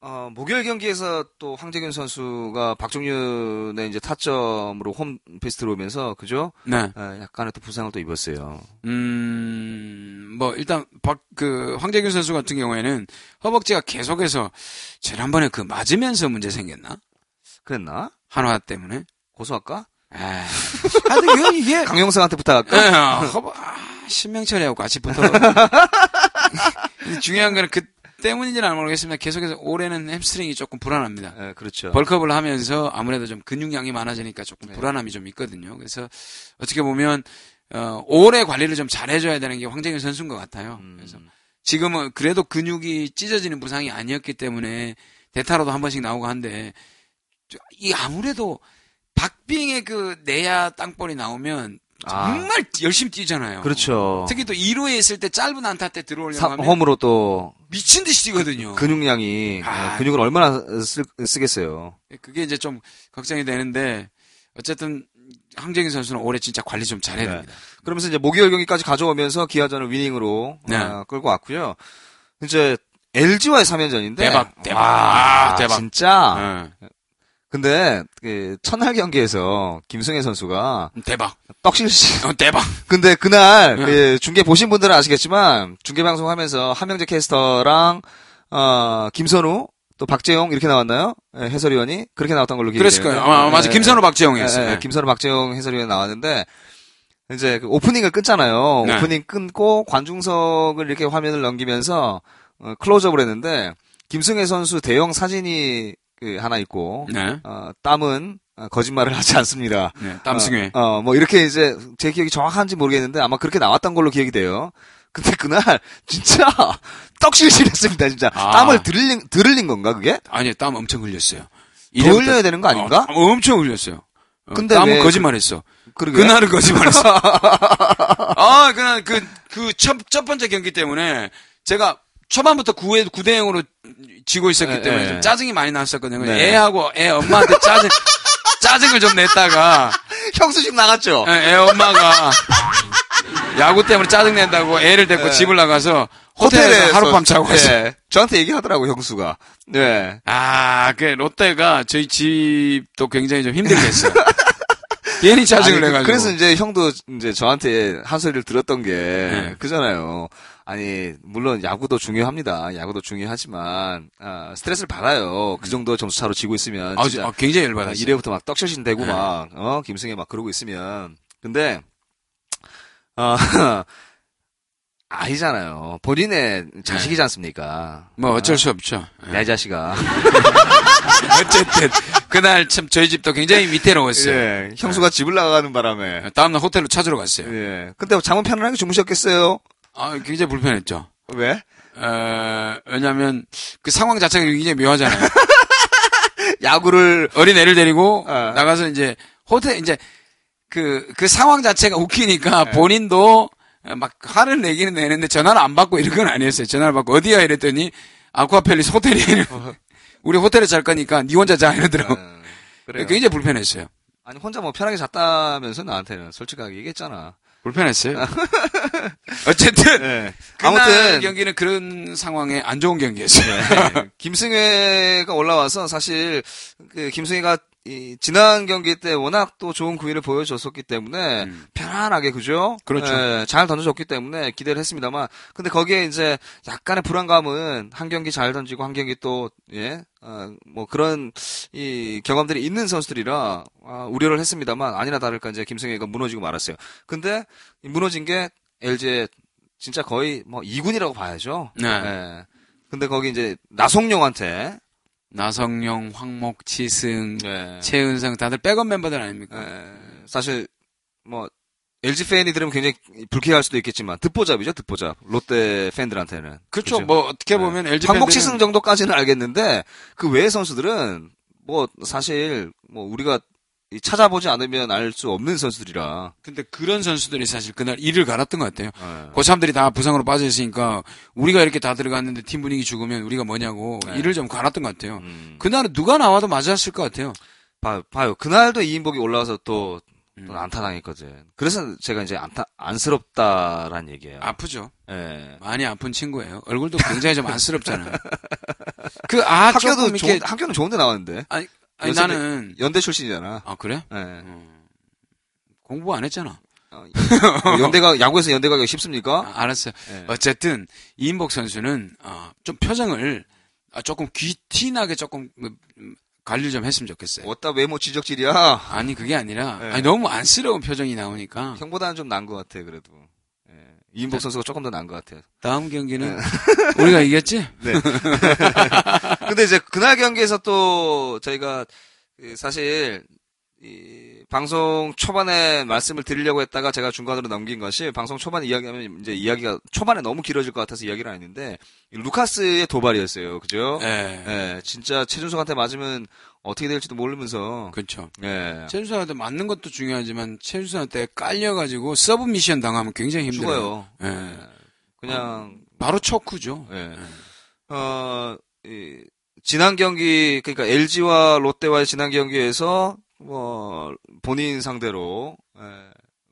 [SPEAKER 4] 어, 목요일 경기에서 또 황재균 선수가 박종윤의 이제 타점으로 홈페이스트로 오면서 그죠?
[SPEAKER 5] 네.
[SPEAKER 4] 아, 약간의 또 부상을 또 입었어요.
[SPEAKER 5] 음, 뭐, 일단, 박, 그, 황재균 선수 같은 경우에는 허벅지가 계속해서, 지난번에 그 맞으면서 문제 생겼나?
[SPEAKER 4] 그랬나?
[SPEAKER 5] 한화 때문에? 아.
[SPEAKER 4] 고소할까?
[SPEAKER 5] 에이. 하여튼, 이건 이게,
[SPEAKER 4] 강용석한테 부탁할까?
[SPEAKER 5] 에, 네, 어. 허벅, 아, 신명철이하고 같이 붙어. 중요한 거는 그 때문인지는 안 모르겠습니다. 계속해서 올해는 햄스트링이 조금 불안합니다.
[SPEAKER 4] 예, 그렇죠.
[SPEAKER 5] 벌크업을 하면서 아무래도 좀 근육량이 많아지니까 조금
[SPEAKER 4] 네.
[SPEAKER 5] 불안함이 좀 있거든요. 그래서 어떻게 보면 어, 올해 관리를 좀 잘해줘야 되는 게 황재균 선수인 것 같아요.
[SPEAKER 4] 음.
[SPEAKER 5] 그래서 지금은 그래도 근육이 찢어지는 부상이 아니었기 때문에 대타로도 한 번씩 나오고 한데 저- 이 아무래도 박빙의 그 내야 땅볼이 나오면
[SPEAKER 4] 아.
[SPEAKER 5] 정말 열심히 뛰잖아요.
[SPEAKER 4] 그렇죠.
[SPEAKER 5] 특히 또 2루에 있을 때 짧은 안타 때 들어오려고
[SPEAKER 4] 사-
[SPEAKER 5] 하면
[SPEAKER 4] 홈으로 그 또
[SPEAKER 5] 미친 듯이 뛰거든요.
[SPEAKER 4] 어. 근육량이
[SPEAKER 5] 아.
[SPEAKER 4] 예, 근육을 얼마나 쓸- 쓰겠어요.
[SPEAKER 5] 그게 이제 좀 걱정이 되는데 어쨌든 황재균 선수는 올해 진짜 관리 좀 잘해야
[SPEAKER 4] 네.
[SPEAKER 5] 됩니다.
[SPEAKER 4] 그러면서 이제 목요일 경기까지 가져오면서 기아전을 위닝으로
[SPEAKER 5] 네.
[SPEAKER 4] 아, 끌고 왔고요. 이제 LG와의 3연전인데
[SPEAKER 5] 대박, 대박. 아, 대박.
[SPEAKER 4] 네. 진짜
[SPEAKER 5] 예.
[SPEAKER 4] 근데 그 첫날 경기에서 김승혜 선수가
[SPEAKER 5] 대박.
[SPEAKER 4] 떡실씨.
[SPEAKER 5] 어, 대박.
[SPEAKER 4] 근데 그날
[SPEAKER 5] 네.
[SPEAKER 4] 그 중계 보신 분들은 아시겠지만 중계 방송하면서 한명재 캐스터랑 어 김선우 또 박재용 이렇게 나왔나요? 예, 해설위원이 그렇게 나왔던 걸로 기억이
[SPEAKER 5] 그랬을
[SPEAKER 4] 돼요.
[SPEAKER 5] 거예요. 아마 맞아.
[SPEAKER 4] 예,
[SPEAKER 5] 김선호 박재영이었어요.
[SPEAKER 4] 예, 예, 김선우 박재용 해설위원 나왔는데 이제 그 오프닝을 끊잖아요.
[SPEAKER 5] 네.
[SPEAKER 4] 오프닝 끊고 관중석을 이렇게 화면을 넘기면서 어, 클로즈업을 했는데 김승혜 선수 대형 사진이 그 하나 있고
[SPEAKER 5] 네.
[SPEAKER 4] 어, 땀은 어, 거짓말을 하지 않습니다.
[SPEAKER 5] 네, 땀승회.
[SPEAKER 4] 어, 어, 뭐 이렇게 이제 제 기억이 정확한지 모르겠는데 아마 그렇게 나왔던 걸로 기억이 돼요. 근데 그날 진짜 떡실실했습니다. 진짜
[SPEAKER 5] 아.
[SPEAKER 4] 땀을 들린 들린 건가 그게?
[SPEAKER 5] 아니요, 땀 엄청 흘렸어요.
[SPEAKER 4] 더 흘려야 되는 거 아닌가?
[SPEAKER 5] 어, 엄청 흘렸어요. 어,
[SPEAKER 4] 근데
[SPEAKER 5] 땀은
[SPEAKER 4] 왜 그-
[SPEAKER 5] 거짓말했어.
[SPEAKER 4] 그러게.
[SPEAKER 5] 그날은 거짓말했어. 아, 그날 그, 그 첫, 첫 번째 경기 때문에 제가 초반부터 9회, 9대0으로 지고 있었기
[SPEAKER 4] 네,
[SPEAKER 5] 때문에
[SPEAKER 4] 네.
[SPEAKER 5] 좀 짜증이 많이 났었거든요.
[SPEAKER 4] 네.
[SPEAKER 5] 애하고 애 엄마한테 짜증, 짜증을 좀 냈다가
[SPEAKER 4] 형수 집 나갔죠.
[SPEAKER 5] 애, 애 엄마가 야구 때문에 짜증낸다고 애를 데리고
[SPEAKER 4] 네.
[SPEAKER 5] 집을 나가서 호텔에서 하룻밤 자고
[SPEAKER 4] 예.
[SPEAKER 5] 왔어요.
[SPEAKER 4] 저한테 얘기하더라고 형수가. 네.
[SPEAKER 5] 아, 그 롯데가 저희 집도 굉장히 좀 힘들겠어요. 괜히 짜증을
[SPEAKER 4] 아니, 그-
[SPEAKER 5] 내가지고.
[SPEAKER 4] 그래서 이제 형도 이제 저한테 한 소리를 들었던 게
[SPEAKER 5] 네.
[SPEAKER 4] 그잖아요. 아니 물론 야구도 중요합니다. 야구도 중요하지만 아, 스트레스를 받아요. 그 정도 점수 차로 지고 있으면
[SPEAKER 5] 아,
[SPEAKER 4] 진짜
[SPEAKER 5] 아, 굉장히
[SPEAKER 4] 아,
[SPEAKER 5] 열받았어요.
[SPEAKER 4] 이래부터 막 떡셔신 되고
[SPEAKER 5] 네.
[SPEAKER 4] 막 어, 김승혜 막 그러고 있으면 근데 아 아이잖아요. 본인의 자식이지 않습니까?
[SPEAKER 5] 뭐 어쩔 수 없죠.
[SPEAKER 4] 내 자식아.
[SPEAKER 5] 어쨌든 그날 참 저희 집도 굉장히 위태로웠어요.
[SPEAKER 4] 예, 형수가 집을 나가는 바람에.
[SPEAKER 5] 다음날 호텔로 찾으러 갔어요.
[SPEAKER 4] 예. 근데 잠은 편안하게 주무셨겠어요?
[SPEAKER 5] 아, 굉장히 불편했죠.
[SPEAKER 4] 왜?
[SPEAKER 5] 어, 왜냐면 그 상황 자체가 굉장히 묘하잖아요.
[SPEAKER 4] 야구를
[SPEAKER 5] 어린 애를 데리고
[SPEAKER 4] 어.
[SPEAKER 5] 나가서 이제 호텔 이제 그, 그 상황 자체가 웃기니까
[SPEAKER 4] 예.
[SPEAKER 5] 본인도 막 화를 내기는 내는데 전화를 안 받고 이런 건 아니었어요. 전화를 받고 어디야 이랬더니 아쿠아펠리스 호텔이
[SPEAKER 4] 어.
[SPEAKER 5] 우리 호텔에 잘 거니까 니 혼자 자 이러더라고.
[SPEAKER 4] 그래요.
[SPEAKER 5] 굉장히 불편했어요.
[SPEAKER 4] 아니 혼자 뭐 편하게 잤다면서 나한테는 솔직하게 얘기했잖아.
[SPEAKER 5] 불편했어요. 어쨌든
[SPEAKER 4] 예.
[SPEAKER 5] 그날
[SPEAKER 4] 아무튼
[SPEAKER 5] 경기는 그런 상황에 안 좋은 경기였어요.
[SPEAKER 4] 네. 김승혜가 올라와서 사실 그 김승혜가 이 지난 경기 때 워낙 또 좋은 구위를 보여줬었기 때문에 편안하게 그죠?
[SPEAKER 5] 음. 그렇죠.
[SPEAKER 4] 예, 잘 던져줬기 때문에 기대를 했습니다만 근데 거기에 이제 약간의 불안감은 한 경기 잘 던지고 한 경기 예, 어, 또예뭐 그런 이 경험들이 있는 선수들이라 아, 우려를 했습니다만 아니나 다를까 이제 김승혜가 무너지고 말았어요. 근데 이 무너진 게 LG의 진짜 거의 뭐 2군이라고 봐야죠.
[SPEAKER 5] 네.
[SPEAKER 4] 예. 근데 거기 이제 나성룡한테
[SPEAKER 5] 나성용, 황목, 치승,
[SPEAKER 4] 예.
[SPEAKER 5] 최은상 다들 백업 멤버들 아닙니까?
[SPEAKER 4] 예. 사실 뭐 LG 팬이 들으면 굉장히 불쾌할 수도 있겠지만 듣보잡이죠 듣보잡 롯데 팬들한테는
[SPEAKER 5] 그렇죠. 뭐 어떻게 보면 LG 팬들은
[SPEAKER 4] 한국 시승 네. 정도까지는 알겠는데 그 외의 선수들은 뭐 사실 뭐 우리가 이 찾아보지 않으면 알 수 없는 선수들이라
[SPEAKER 5] 근데 그런 선수들이 사실 그날 이를 갈았던 것 같아요.
[SPEAKER 4] 예.
[SPEAKER 5] 고참들이 다 부상으로 빠져 있으니까 우리가 이렇게 다 들어갔는데 팀 분위기 죽으면 우리가 뭐냐고 이를 좀 갈았던 것 같아요.
[SPEAKER 4] 네. 음.
[SPEAKER 5] 그날은 누가 나와도 맞았을 것 같아요.
[SPEAKER 4] 봐, 봐요 그날도 이인복이 올라와서 또,
[SPEAKER 5] 음.
[SPEAKER 4] 또 안타당했거든 그래서 제가 이제 안타 안쓰럽다란 얘기예요
[SPEAKER 5] 아프죠.
[SPEAKER 4] 예.
[SPEAKER 5] 많이 아픈 친구예요. 얼굴도 굉장히 좀 안쓰럽잖아요. 그 아,
[SPEAKER 4] 학교도
[SPEAKER 5] 조금 이렇게
[SPEAKER 4] 좋은 학교는 좋은데 나왔는데
[SPEAKER 5] 아니, 아니
[SPEAKER 4] 요새
[SPEAKER 5] 나는
[SPEAKER 4] 연대 출신이잖아.
[SPEAKER 5] 아 그래?
[SPEAKER 4] 예.
[SPEAKER 5] 공부 안 했잖아.
[SPEAKER 4] 뭐 연대가 야구에서 연대 가기가 쉽습니까?
[SPEAKER 5] 아, 알았어요.
[SPEAKER 4] 예.
[SPEAKER 5] 어쨌든 이인복 선수는 어, 좀 표정을 아, 조금 귀티나게 조금 음, 음, 관리를 좀 했으면 좋겠어요.
[SPEAKER 4] 어따 외모 지적질이야.
[SPEAKER 5] 아니 그게 아니라
[SPEAKER 4] 예.
[SPEAKER 5] 아니, 너무 안쓰러운 표정이 나오니까
[SPEAKER 4] 형보다는 좀 나은 것 같아 그래도. 예.
[SPEAKER 5] 네.
[SPEAKER 4] 이인복 선수가 조금 더 나은 것 같아요.
[SPEAKER 5] 다음 경기는 우리가 이겼지?
[SPEAKER 4] 네. 근데 이제 그날 경기에서 또 저희가 그 사실 이 방송 초반에 말씀을 드리려고 했다가 제가 중간으로 넘긴 것이 방송 초반 이야기하면 이제 이야기가 초반에 너무 길어질 것 같아서 이야기를 안 했는데 이 루카스의 도발이었어요. 그죠?
[SPEAKER 5] 예.
[SPEAKER 4] 예, 진짜 최준석한테 맞으면 어떻게 될지도 모르면서.
[SPEAKER 5] 그렇죠.
[SPEAKER 4] 예.
[SPEAKER 5] 최준수한테 맞는 것도 중요하지만 최준수한테 깔려가지고 서브 미션 당하면 굉장히 힘들어요. 아.
[SPEAKER 4] 죽어요.
[SPEAKER 5] 예.
[SPEAKER 4] 예. 그냥
[SPEAKER 5] 바로 초크죠.
[SPEAKER 4] 예. 어, 이, 지난 경기 그러니까 LG와 롯데와의 지난 경기에서 뭐 본인 상대로 예,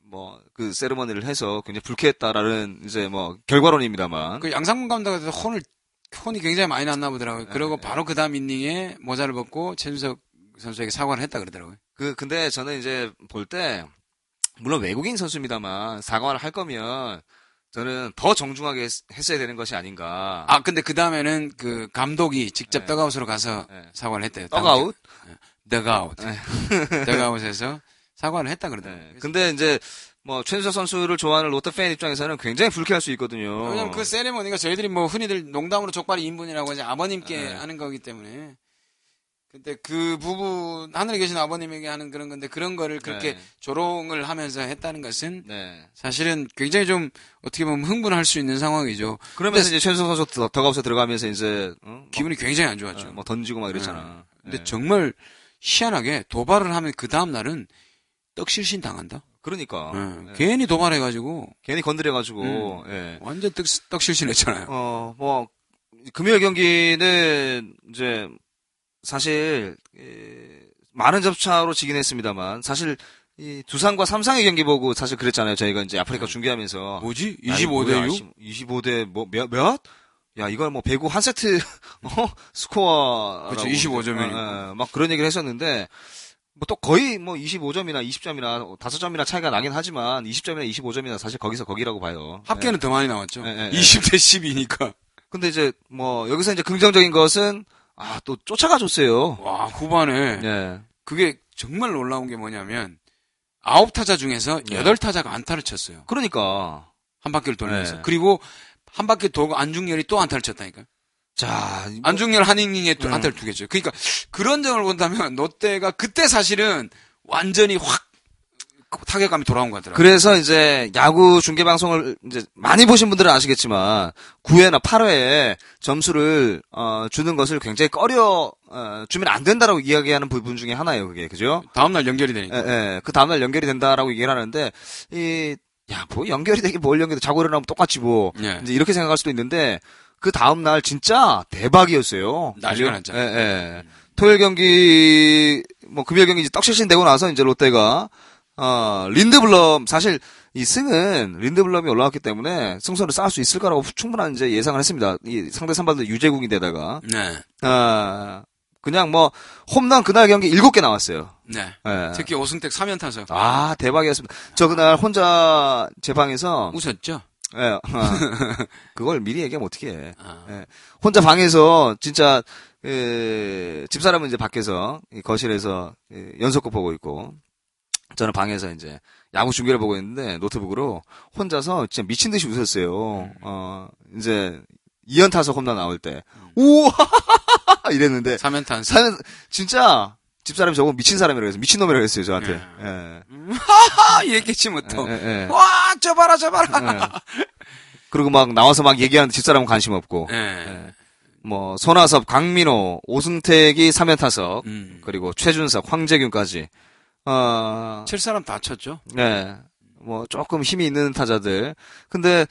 [SPEAKER 4] 뭐그 세르머니를 해서 굉장히 불쾌했다라는 이제 뭐 결과론입니다만.
[SPEAKER 5] 그 양상문 감독한테 혼을 혼이 굉장히 많이 났나 보더라고요. 그리고 바로 그 다음 인닝에 모자를 벗고 최준석 선수에게 사과를 했다 그러더라고요.
[SPEAKER 4] 그 근데 저는 이제 볼 때 물론 외국인 선수입니다만 사과를 할 거면 저는 더 정중하게 했, 했어야 되는 것이 아닌가.
[SPEAKER 5] 아 근데 그 다음에는 그 감독이 직접 떡아웃으로 가서
[SPEAKER 4] 네.
[SPEAKER 5] 사과를 했대요.
[SPEAKER 4] 떡아웃?
[SPEAKER 5] 떡아웃. 네. 떡아웃에서 사과를 했다 그러더라고요.
[SPEAKER 4] 네. 근데 이제 뭐 최준석 선수를 좋아하는 롯데 팬 입장에서는 굉장히 불쾌할 수 있거든요.
[SPEAKER 5] 왜냐면 그 네. 세레모니가 저희들이 뭐 흔히들 농담으로 족발이 인분이라고 하지 아버님께 하는 거기 때문에 근데 그 부분 하늘에 계신 아버님에게 하는 그런 건데 그런 거를 그렇게
[SPEAKER 4] 네.
[SPEAKER 5] 조롱을 하면서 했다는 것은
[SPEAKER 4] 네.
[SPEAKER 5] 사실은 굉장히 좀 어떻게 보면 흥분할 수 있는 상황이죠.
[SPEAKER 4] 그러면서 이제 최은성 선수 더- 더가우스 들어가면서 이제 응? 막,
[SPEAKER 5] 기분이 굉장히 안
[SPEAKER 4] 예,
[SPEAKER 5] 좋았죠. 네.
[SPEAKER 4] 뭐 던지고 막 이랬잖아.
[SPEAKER 5] 근데
[SPEAKER 4] 예.
[SPEAKER 5] 정말 희한하게 도발을 하면 그 다음 날은 떡실신 당한다.
[SPEAKER 4] 그러니까
[SPEAKER 5] 예,
[SPEAKER 4] 예.
[SPEAKER 5] 괜히 도발해가지고 음.
[SPEAKER 4] 괜히 건드려가지고 예.
[SPEAKER 5] 완전 떡, 떡실신했잖아요.
[SPEAKER 4] 어, 뭐, 금요일 경기는 이제 사실 예, 많은 접차로 지긴 했습니다만 사실 이 두산과 삼성의 경기 보고 사실 그랬잖아요. 저희가 이제
[SPEAKER 5] 음.
[SPEAKER 4] 아프리카 중계하면서
[SPEAKER 5] 뭐지?
[SPEAKER 4] 야,
[SPEAKER 5] 25 대 6?
[SPEAKER 4] 25대 뭐 몇? 몇? 야, 이걸 뭐 배구 한 세트 어? 스코어
[SPEAKER 5] 그렇죠, 25 점이니까.
[SPEAKER 4] 막 그런 얘기를 했었는데 뭐 또 거의 뭐 25점이나 20점이나 5점이나 차이가 나긴 하지만 20점이나 25점이나 사실 거기서 거기라고 봐요.
[SPEAKER 5] 합계는 더 많이 나왔죠.
[SPEAKER 4] 예, 예, 예.
[SPEAKER 5] 20대 12니까.
[SPEAKER 4] 근데 이제 뭐 여기서 이제 긍정적인 것은 아 또 쫓아가 줬어요.
[SPEAKER 5] 와, 후반에
[SPEAKER 4] 예.
[SPEAKER 5] 그게 정말 놀라운 게 뭐냐면 아홉 타자 중에서
[SPEAKER 4] 예.
[SPEAKER 5] 여덟 타자가 안타를 쳤어요.
[SPEAKER 4] 그러니까
[SPEAKER 5] 한 바퀴를 돌면서.
[SPEAKER 4] 예.
[SPEAKER 5] 그리고 한 바퀴 돌고 안중열이 또 안타를 쳤다니까.
[SPEAKER 4] 자 뭐,
[SPEAKER 5] 아,
[SPEAKER 4] 음.
[SPEAKER 5] 안중열 한 이닝에 또 안타를 두 개죠. 그러니까 그런 점을 본다면 롯데가 그때 사실은 완전히 확 타격감이 돌아온 것 같더라고요.
[SPEAKER 4] 네. 그래서 이제 야구 중계 방송을 이제 많이 보신 분들은 아시겠지만 9회나 8회에 점수를 어, 주는 것을 굉장히 꺼려 어, 주면 안 된다라고 이야기하는 부분 중에 하나예요. 그게 그죠?
[SPEAKER 5] 다음 날 연결이 되니까.
[SPEAKER 4] 예, 예. 그 다음날 연결이 된다라고 얘기를 하는데, 이, 야, 뭐 연결이 되게 뭘 연결이 돼. 자고 일어나면 똑같이 뭐.
[SPEAKER 5] 예.
[SPEAKER 4] 이제 이렇게 생각할 수도 있는데, 그 다음날 진짜 대박이었어요.
[SPEAKER 5] 난리가
[SPEAKER 4] 그죠?
[SPEAKER 5] 났죠.
[SPEAKER 4] 예, 예. 토요일 경기, 뭐 금요일 경기 이제 떡실신 되고 나서 이제 롯데가, 어, 린드블럼, 사실 이 승은 린드블럼이 올라왔기 때문에 승선을 쌓을 수 있을 거라고 충분한 이제 예상을 했습니다. 이 상대 선발도 유재국인데다가,
[SPEAKER 5] 네.
[SPEAKER 4] 아, 그냥 뭐 홈런 그날 경기 일곱 개 나왔어요.
[SPEAKER 5] 네.
[SPEAKER 4] 예.
[SPEAKER 5] 특히 오승택 3연 타석.
[SPEAKER 4] 아, 대박이었습니다. 저 그날 혼자 제 방에서,
[SPEAKER 5] 웃었죠?
[SPEAKER 4] 예, 어, 그걸 미리 얘기하면 어떻게 해.
[SPEAKER 5] 아.
[SPEAKER 4] 예, 혼자 방에서, 진짜, 예, 집사람은 이제 밖에서, 이 거실에서 예, 연속극 보고 있고, 저는 방에서 이제 야구 중계를 보고 있는데, 노트북으로 혼자서 진짜 미친 듯이 웃었어요. 어, 이제, 이연 타서 홈런 나올 때, 우와! 이랬는데,
[SPEAKER 5] 3연 타석.
[SPEAKER 4] 사연, 진짜, 집사람이 저거 미친 사람이라고 했어요. 미친놈이라고 했어요, 저한테. 예.
[SPEAKER 5] 아, 얘기했지 뭐 또.
[SPEAKER 4] 예, 예, 예.
[SPEAKER 5] 와, 저 봐라, 저 봐라.
[SPEAKER 4] 그리고 막 나와서 막 얘기하는 집사람은 관심 없고
[SPEAKER 5] 예.
[SPEAKER 4] 뭐 손아섭, 강민호, 오승택이 3연 타석
[SPEAKER 5] 음.
[SPEAKER 4] 그리고 최준석, 황재균까지 어,
[SPEAKER 5] 칠 사람 다 쳤죠.
[SPEAKER 4] 네. 뭐 조금 힘이 있는 타자들. 근데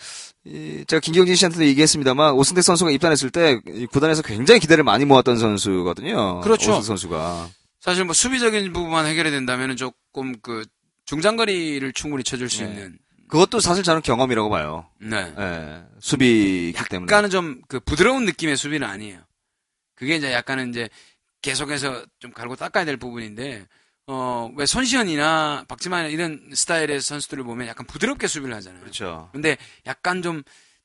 [SPEAKER 4] 이, 제가 김경진 씨한테도 얘기했습니다만 오승택 선수가 입단했을 때이 구단에서 굉장히 기대를 많이 모았던 선수거든요.
[SPEAKER 5] 그렇죠.
[SPEAKER 4] 오승 선수가
[SPEAKER 5] 사실 뭐 수비적인 부분만 해결이 된다면 조금 그 중장거리를 충분히 쳐줄 수
[SPEAKER 4] 네.
[SPEAKER 5] 있는
[SPEAKER 4] 그것도 사실 저는 경험이라고 봐요.
[SPEAKER 5] 네.
[SPEAKER 4] 예, 수비기 때문에.
[SPEAKER 5] 약간은 좀 그 부드러운 느낌의 수비는 아니에요. 그게 이제 약간은 이제 계속해서 좀 갈고 닦아야 될 부분인데 어 왜 손시현이나 박지만 이런 스타일의 선수들을 보면 약간 부드럽게 수비를 하잖아요.
[SPEAKER 4] 그렇죠.
[SPEAKER 5] 근데 약간 좀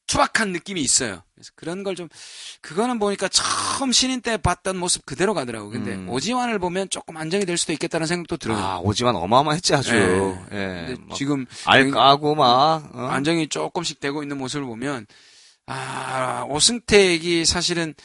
[SPEAKER 5] 투박한 느낌이 있어요. 그래서 그런 걸 좀 그거는 보니까 처음 신인 때 봤던 모습 그대로 가더라고. 근데
[SPEAKER 4] 음.
[SPEAKER 5] 오지환을 보면 조금 안정이 될 수도 있겠다는 생각도 들어요.
[SPEAKER 4] 아 오지만 어마어마했지 아주.
[SPEAKER 5] 예.
[SPEAKER 4] 예,
[SPEAKER 5] 근데
[SPEAKER 4] 막
[SPEAKER 5] 지금 음.
[SPEAKER 4] 알 까고 막 어?
[SPEAKER 5] 안정이 조금씩 되고 있는 모습을 보면 아 오승택이 사실은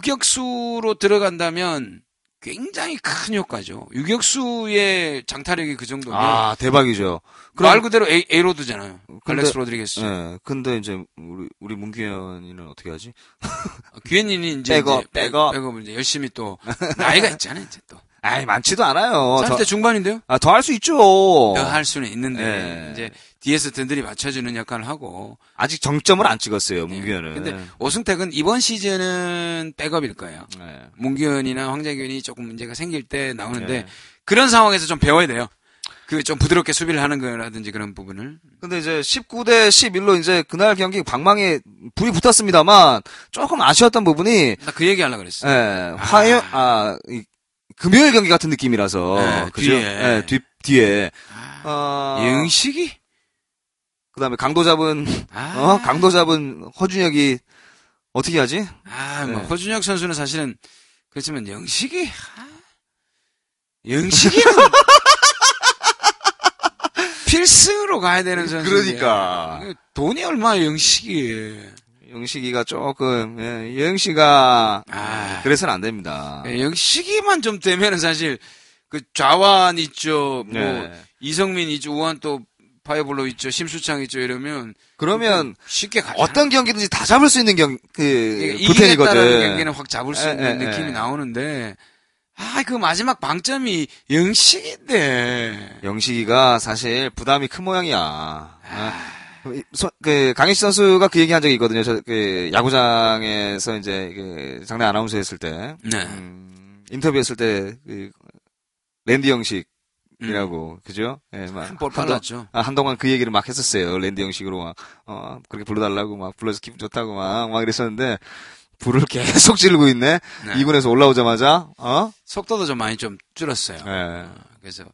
[SPEAKER 5] 유격수로 들어간다면 굉장히 큰 효과죠. 유격수의 장타력이 그 정도면
[SPEAKER 4] 아 대박이죠.
[SPEAKER 5] 말 그대로 A, A로드잖아요. 알렉스 로드리게스.
[SPEAKER 4] 예. 근데 이제 우리 우리 문기현이는 어떻게 하지?
[SPEAKER 5] 귀현이는 이제
[SPEAKER 4] 백업,
[SPEAKER 5] 이제 백-
[SPEAKER 4] 백업.
[SPEAKER 5] 백업을 이제 열심히 또 나이가 있잖아요. 이제 또
[SPEAKER 4] 아이 많지도 않아요.
[SPEAKER 5] 30대 중반인데요.
[SPEAKER 4] 더 할 수 있죠.
[SPEAKER 5] 더 할 수는 있는데
[SPEAKER 4] 어. 예.
[SPEAKER 5] 이제 뒤에서 든들이 맞춰주는 역할을 하고
[SPEAKER 4] 아직 정점을 안 찍었어요 문기현은.
[SPEAKER 5] 예, 근데 오승택은 이번 시즌은 백업일 거예요.
[SPEAKER 4] 예.
[SPEAKER 5] 문규현이나 황재균이 조금 문제가 생길 때 나오는데
[SPEAKER 4] 네.
[SPEAKER 5] 그런 상황에서 좀 배워야 돼요. 그 좀 부드럽게 수비를 하는 거라든지 그런 부분을.
[SPEAKER 4] 근데 이제 19대 11로 이제 그날 경기 방망이 불이 붙었습니다만 조금 아쉬웠던 부분이
[SPEAKER 5] 나 그 얘기 하려고 그랬어.
[SPEAKER 4] 예, 화요, 아, 이, 금요일 경기 같은 느낌이라서.
[SPEAKER 5] 예,
[SPEAKER 4] 그죠?
[SPEAKER 5] 뒤에. 아. 예,
[SPEAKER 4] 예, 뒤, 뒤에. 어,
[SPEAKER 5] 영식이?
[SPEAKER 4] 그 다음에 강도 잡은,
[SPEAKER 5] 아.
[SPEAKER 4] 어, 강도 잡은 허준혁이 어떻게 하지?
[SPEAKER 5] 아, 뭐
[SPEAKER 4] 예.
[SPEAKER 5] 허준혁 선수는 사실은 그렇지만 영식이? 아. 영식이?
[SPEAKER 4] 그러니까.
[SPEAKER 5] 예. 필승으로 가야 되는 선수. 돈이 얼마야 영식이?
[SPEAKER 4] 영식이가 조금 예, 영식이가
[SPEAKER 5] 아.
[SPEAKER 4] 그래서는 안 됩니다.
[SPEAKER 5] 예, 여기 시기만 좀 되면은 사실 그 좌완 있죠, 뭐
[SPEAKER 4] 네.
[SPEAKER 5] 이성민 있죠, 우한 또 파이볼로 있죠, 심수창 있죠 이러면
[SPEAKER 4] 그러면
[SPEAKER 5] 쉽게 가잖아.
[SPEAKER 4] 어떤 경기든지 다 잡을 수 있는 경,
[SPEAKER 5] 그러니까
[SPEAKER 4] 그,
[SPEAKER 5] 이기겠다라는 경기는
[SPEAKER 4] 부텐이거든.
[SPEAKER 5] 확 잡을 수
[SPEAKER 4] 예,
[SPEAKER 5] 있는
[SPEAKER 4] 예,
[SPEAKER 5] 느낌이
[SPEAKER 4] 예.
[SPEAKER 5] 나오는데 아 그 마지막 방점이 영식인데
[SPEAKER 4] 영식이가 사실 부담이 큰 모양이야. 아, 이- 소- 그, 강희씨 선수가 그 얘기 한 적이 있거든요. 저, 그, 야구장에서 이제, 그, 장례 아나운서 했을 때,
[SPEAKER 5] 네.
[SPEAKER 4] 음, 인터뷰했을 때, 그, 랜디 영식이라고, 그죠? 예, 막.
[SPEAKER 5] 음. 볼
[SPEAKER 4] 한동-
[SPEAKER 5] 빨랐죠.
[SPEAKER 4] 아, 한동안 그 얘기를 막 했었어요. 랜디 형식으로 막, 어, 그렇게 불러달라고 막, 불러서 기분 좋다고 막, 막 이랬었는데, 불을 계속 지르고 있네?
[SPEAKER 5] 네.
[SPEAKER 4] 이 2군에서 올라오자마자, 어?
[SPEAKER 5] 속도도 좀 많이 좀 줄었어요.
[SPEAKER 4] 네.
[SPEAKER 5] 그래서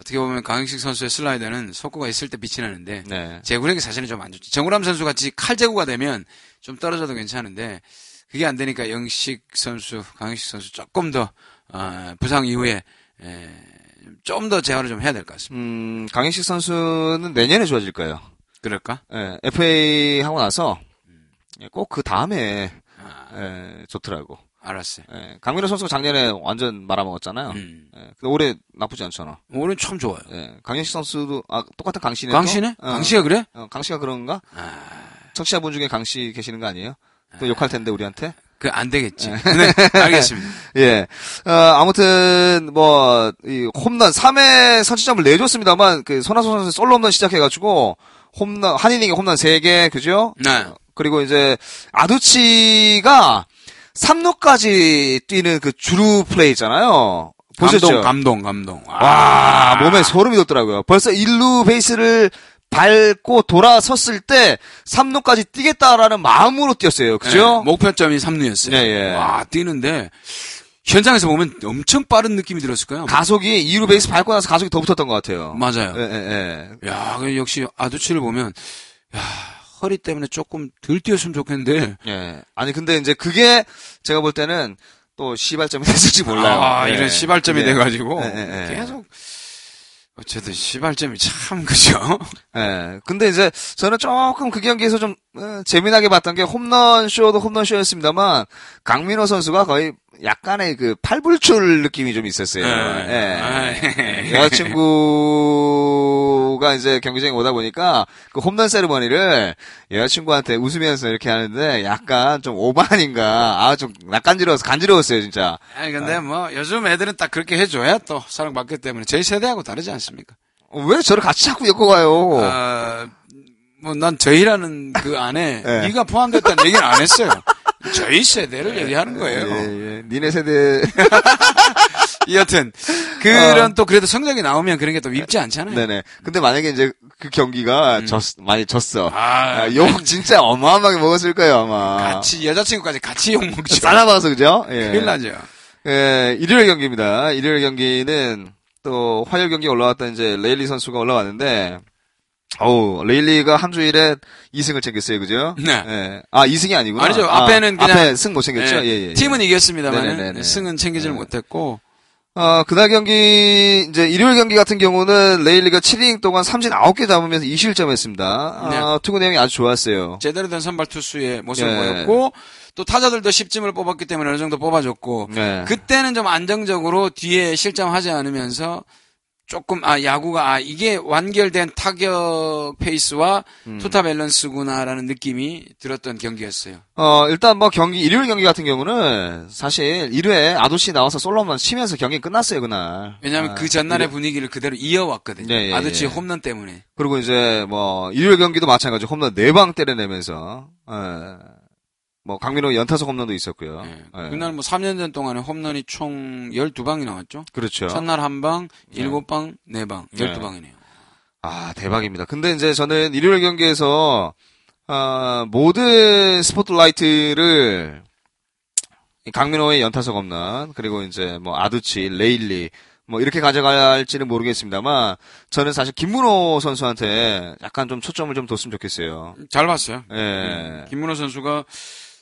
[SPEAKER 5] 어떻게 보면 강익식 선수의 슬라이더는 속구가 있을 때 빛이 나는데
[SPEAKER 4] 네.
[SPEAKER 5] 제구력이 사실은 좀 안 좋죠. 정우람 선수 같이 칼제구가 되면 좀 떨어져도 괜찮은데 그게 안 되니까 영식 선수, 강익식 선수 조금 더 어, 부상 이후에 좀 더 재활을 좀 해야 될 것 같습니다.
[SPEAKER 4] 음, 강현식 선수는 내년에 좋아질 거예요.
[SPEAKER 5] 그럴까?
[SPEAKER 4] 예, FA 하고 나서,
[SPEAKER 5] 음.
[SPEAKER 4] 꼭 그 다음에,
[SPEAKER 5] 아.
[SPEAKER 4] 예, 좋더라고.
[SPEAKER 5] 알았어요.
[SPEAKER 4] 예, 강민호 선수가 작년에 완전 말아먹었잖아요.
[SPEAKER 5] 음.
[SPEAKER 4] 예, 근데 올해 나쁘지 않잖아.
[SPEAKER 5] 오늘 참 좋아요.
[SPEAKER 4] 예, 강현식 선수도, 아, 똑같은 강신이
[SPEAKER 5] 강씨네? 강씨가 그래?
[SPEAKER 4] 어, 강씨가 그런가? 청취자분 중에 강씨 계시는 거 아니에요? 또 욕할 텐데 우리한테.
[SPEAKER 5] 그 안 되겠지. 네, 알겠습니다.
[SPEAKER 4] 예. 어, 아무튼 뭐이 홈런 3회 선취점을 내줬습니다만 그 손아섭 선수 솔로 홈런 시작해 가지고 홈런 한 이닝에 홈런 3개 그죠?
[SPEAKER 5] 네.
[SPEAKER 4] 그리고 이제 아두치가 3루까지 뛰는 그 주루 플레이 있잖아요. 보셨죠?
[SPEAKER 5] 감동, 감동, 감동. 아,
[SPEAKER 4] 와, 몸에 소름이 돋더라고요. 벌써 1루 베이스를 밟고 돌아섰을 때 3루까지 뛰겠다라는 마음으로 뛰었어요. 그죠?
[SPEAKER 5] 네, 목표점이 3루였어요.
[SPEAKER 4] 네, 예.
[SPEAKER 5] 와, 뛰는데 현장에서 보면 엄청 빠른 느낌이 들었을 거예요.
[SPEAKER 4] 가속이 2루 베이스 밟고 나서 가속이 더 붙었던 것 같아요.
[SPEAKER 5] 맞아요.
[SPEAKER 4] 예, 예, 예.
[SPEAKER 5] 야, 그 역시 아두치를 보면 야, 허리 때문에 조금 덜 뛰었으면 좋겠는데.
[SPEAKER 4] 예. 아니 근데 이제 그게 제가 볼 때는 또 시발점이 됐을지 몰라요.
[SPEAKER 5] 아,
[SPEAKER 4] 예.
[SPEAKER 5] 이런 시발점이
[SPEAKER 4] 예.
[SPEAKER 5] 돼 가지고
[SPEAKER 4] 예, 예, 예.
[SPEAKER 5] 계속 어쨌든 시발점이 참 그죠?
[SPEAKER 4] 예. 근데 이제 저는 조금 그 경기에서 좀 어, 재미나게 봤던 게 홈런 쇼도 홈런 쇼였습니다만 강민호 선수가 거의 약간의 그 팔불출 느낌이 좀 있었어요.
[SPEAKER 5] 네.
[SPEAKER 4] 예.
[SPEAKER 5] 예.
[SPEAKER 4] 여자친구가 이제 경기장에 오다 보니까 그 홈런 세리머니를 여자친구한테 웃으면서 이렇게 하는데 약간 좀 오바 아닌가. 아, 좀 낯간지러워서 간지러웠어요, 진짜.
[SPEAKER 5] 아니 근데 뭐 요즘 애들은 딱 그렇게 해줘야 또 사랑받기 때문에 저희 세대하고 다르지 않습니까?
[SPEAKER 4] 어, 왜 저를 같이 자꾸 엮어 가요?
[SPEAKER 5] 아, 뭐 난 저희라는 그 안에
[SPEAKER 4] 예.
[SPEAKER 5] 네가 포함됐다는 얘기는 안 했어요. 저희 세대를 얘기하는 거예요.
[SPEAKER 4] 예, 예. 니네 세대.
[SPEAKER 5] 여튼 그런
[SPEAKER 4] 어.
[SPEAKER 5] 또 그래도 성적이 나오면 그런 게 또 입지 않잖아요.
[SPEAKER 4] 네네. 근데 만약에 이제 그 경기가 졌, 많이 졌어.
[SPEAKER 5] 음. 아,
[SPEAKER 4] 아, 욕 진짜 어마어마하게 먹었을 거예요, 아마.
[SPEAKER 5] 같이 여자친구까지 같이 욕 먹죠.
[SPEAKER 4] 싸나봐서, 그죠? 예.
[SPEAKER 5] 큰일 나죠.
[SPEAKER 4] 예, 일요일 경기입니다. 일요일 경기는 또 화요일 경기 올라왔던 이제 레일리 선수가 올라왔는데, 어우, 레일리가 한 주일에 2승을 챙겼어요, 그죠?
[SPEAKER 5] 네.
[SPEAKER 4] 예. 아, 2승이 아니구나.
[SPEAKER 5] 아니죠.
[SPEAKER 4] 아,
[SPEAKER 5] 앞에는 그냥
[SPEAKER 4] 앞에 승 못 챙겼죠?
[SPEAKER 5] 예,
[SPEAKER 4] 예, 예, 예.
[SPEAKER 5] 팀은 이겼습니다만
[SPEAKER 4] 네네네네.
[SPEAKER 5] 승은 챙기질
[SPEAKER 4] 네.
[SPEAKER 5] 못했고
[SPEAKER 4] 어, 그날 경기, 이제 일요일 경기 같은 경우는 레일리가 7이닝 동안 삼진 9개 잡으면서 2실점 했습니다.
[SPEAKER 5] 네.
[SPEAKER 4] 아, 투구 내용이 아주 좋았어요.
[SPEAKER 5] 제대로 된 선발 투수의 모습을
[SPEAKER 4] 예.
[SPEAKER 5] 보였고 또 타자들도 10점을 뽑았기 때문에 어느 정도 뽑아줬고
[SPEAKER 4] 네.
[SPEAKER 5] 그때는 좀 안정적으로 뒤에 실점하지 않으면서 조금 아 야구가 아 이게 완결된 타격 페이스와
[SPEAKER 4] 음.
[SPEAKER 5] 투타 밸런스구나라는 느낌이 들었던 경기였어요.
[SPEAKER 4] 어, 일단 뭐 경기, 일요일 경기 같은 경우는 사실 1회 아도씨 나와서 솔로만 치면서 경기 끝났어요, 그날.
[SPEAKER 5] 왜냐하면
[SPEAKER 4] 아,
[SPEAKER 5] 그 전날의 분위기를 그대로 이어왔거든요.
[SPEAKER 4] 예, 예,
[SPEAKER 5] 아드치
[SPEAKER 4] 예.
[SPEAKER 5] 홈런 때문에.
[SPEAKER 4] 그리고 이제 뭐 일요일 경기도 마찬가지 홈런 네 방 때려내면서 예. 뭐 강민호 연타석 홈런도 있었고요.
[SPEAKER 5] 예.
[SPEAKER 4] 예.
[SPEAKER 5] 그날 뭐 3년 전 동안에 홈런이 총 12방이 나왔죠.
[SPEAKER 4] 그렇죠. 예.
[SPEAKER 5] 첫날 한 방, 일곱 방, 네 방,
[SPEAKER 4] 네.
[SPEAKER 5] 열두 방이네요.
[SPEAKER 4] 아 대박입니다. 근데 이제 저는 일요일 경기에서 아, 모든 스포트라이트를 이 강민호의 연타석 홈런 그리고 이제 뭐 아두치, 레일리 뭐 이렇게 가져갈지는 모르겠습니다만 저는 사실 김문호 선수한테 약간 좀 초점을 좀 뒀으면 좋겠어요.
[SPEAKER 5] 잘 봤어요.
[SPEAKER 4] 예.
[SPEAKER 5] 음, 김문호 선수가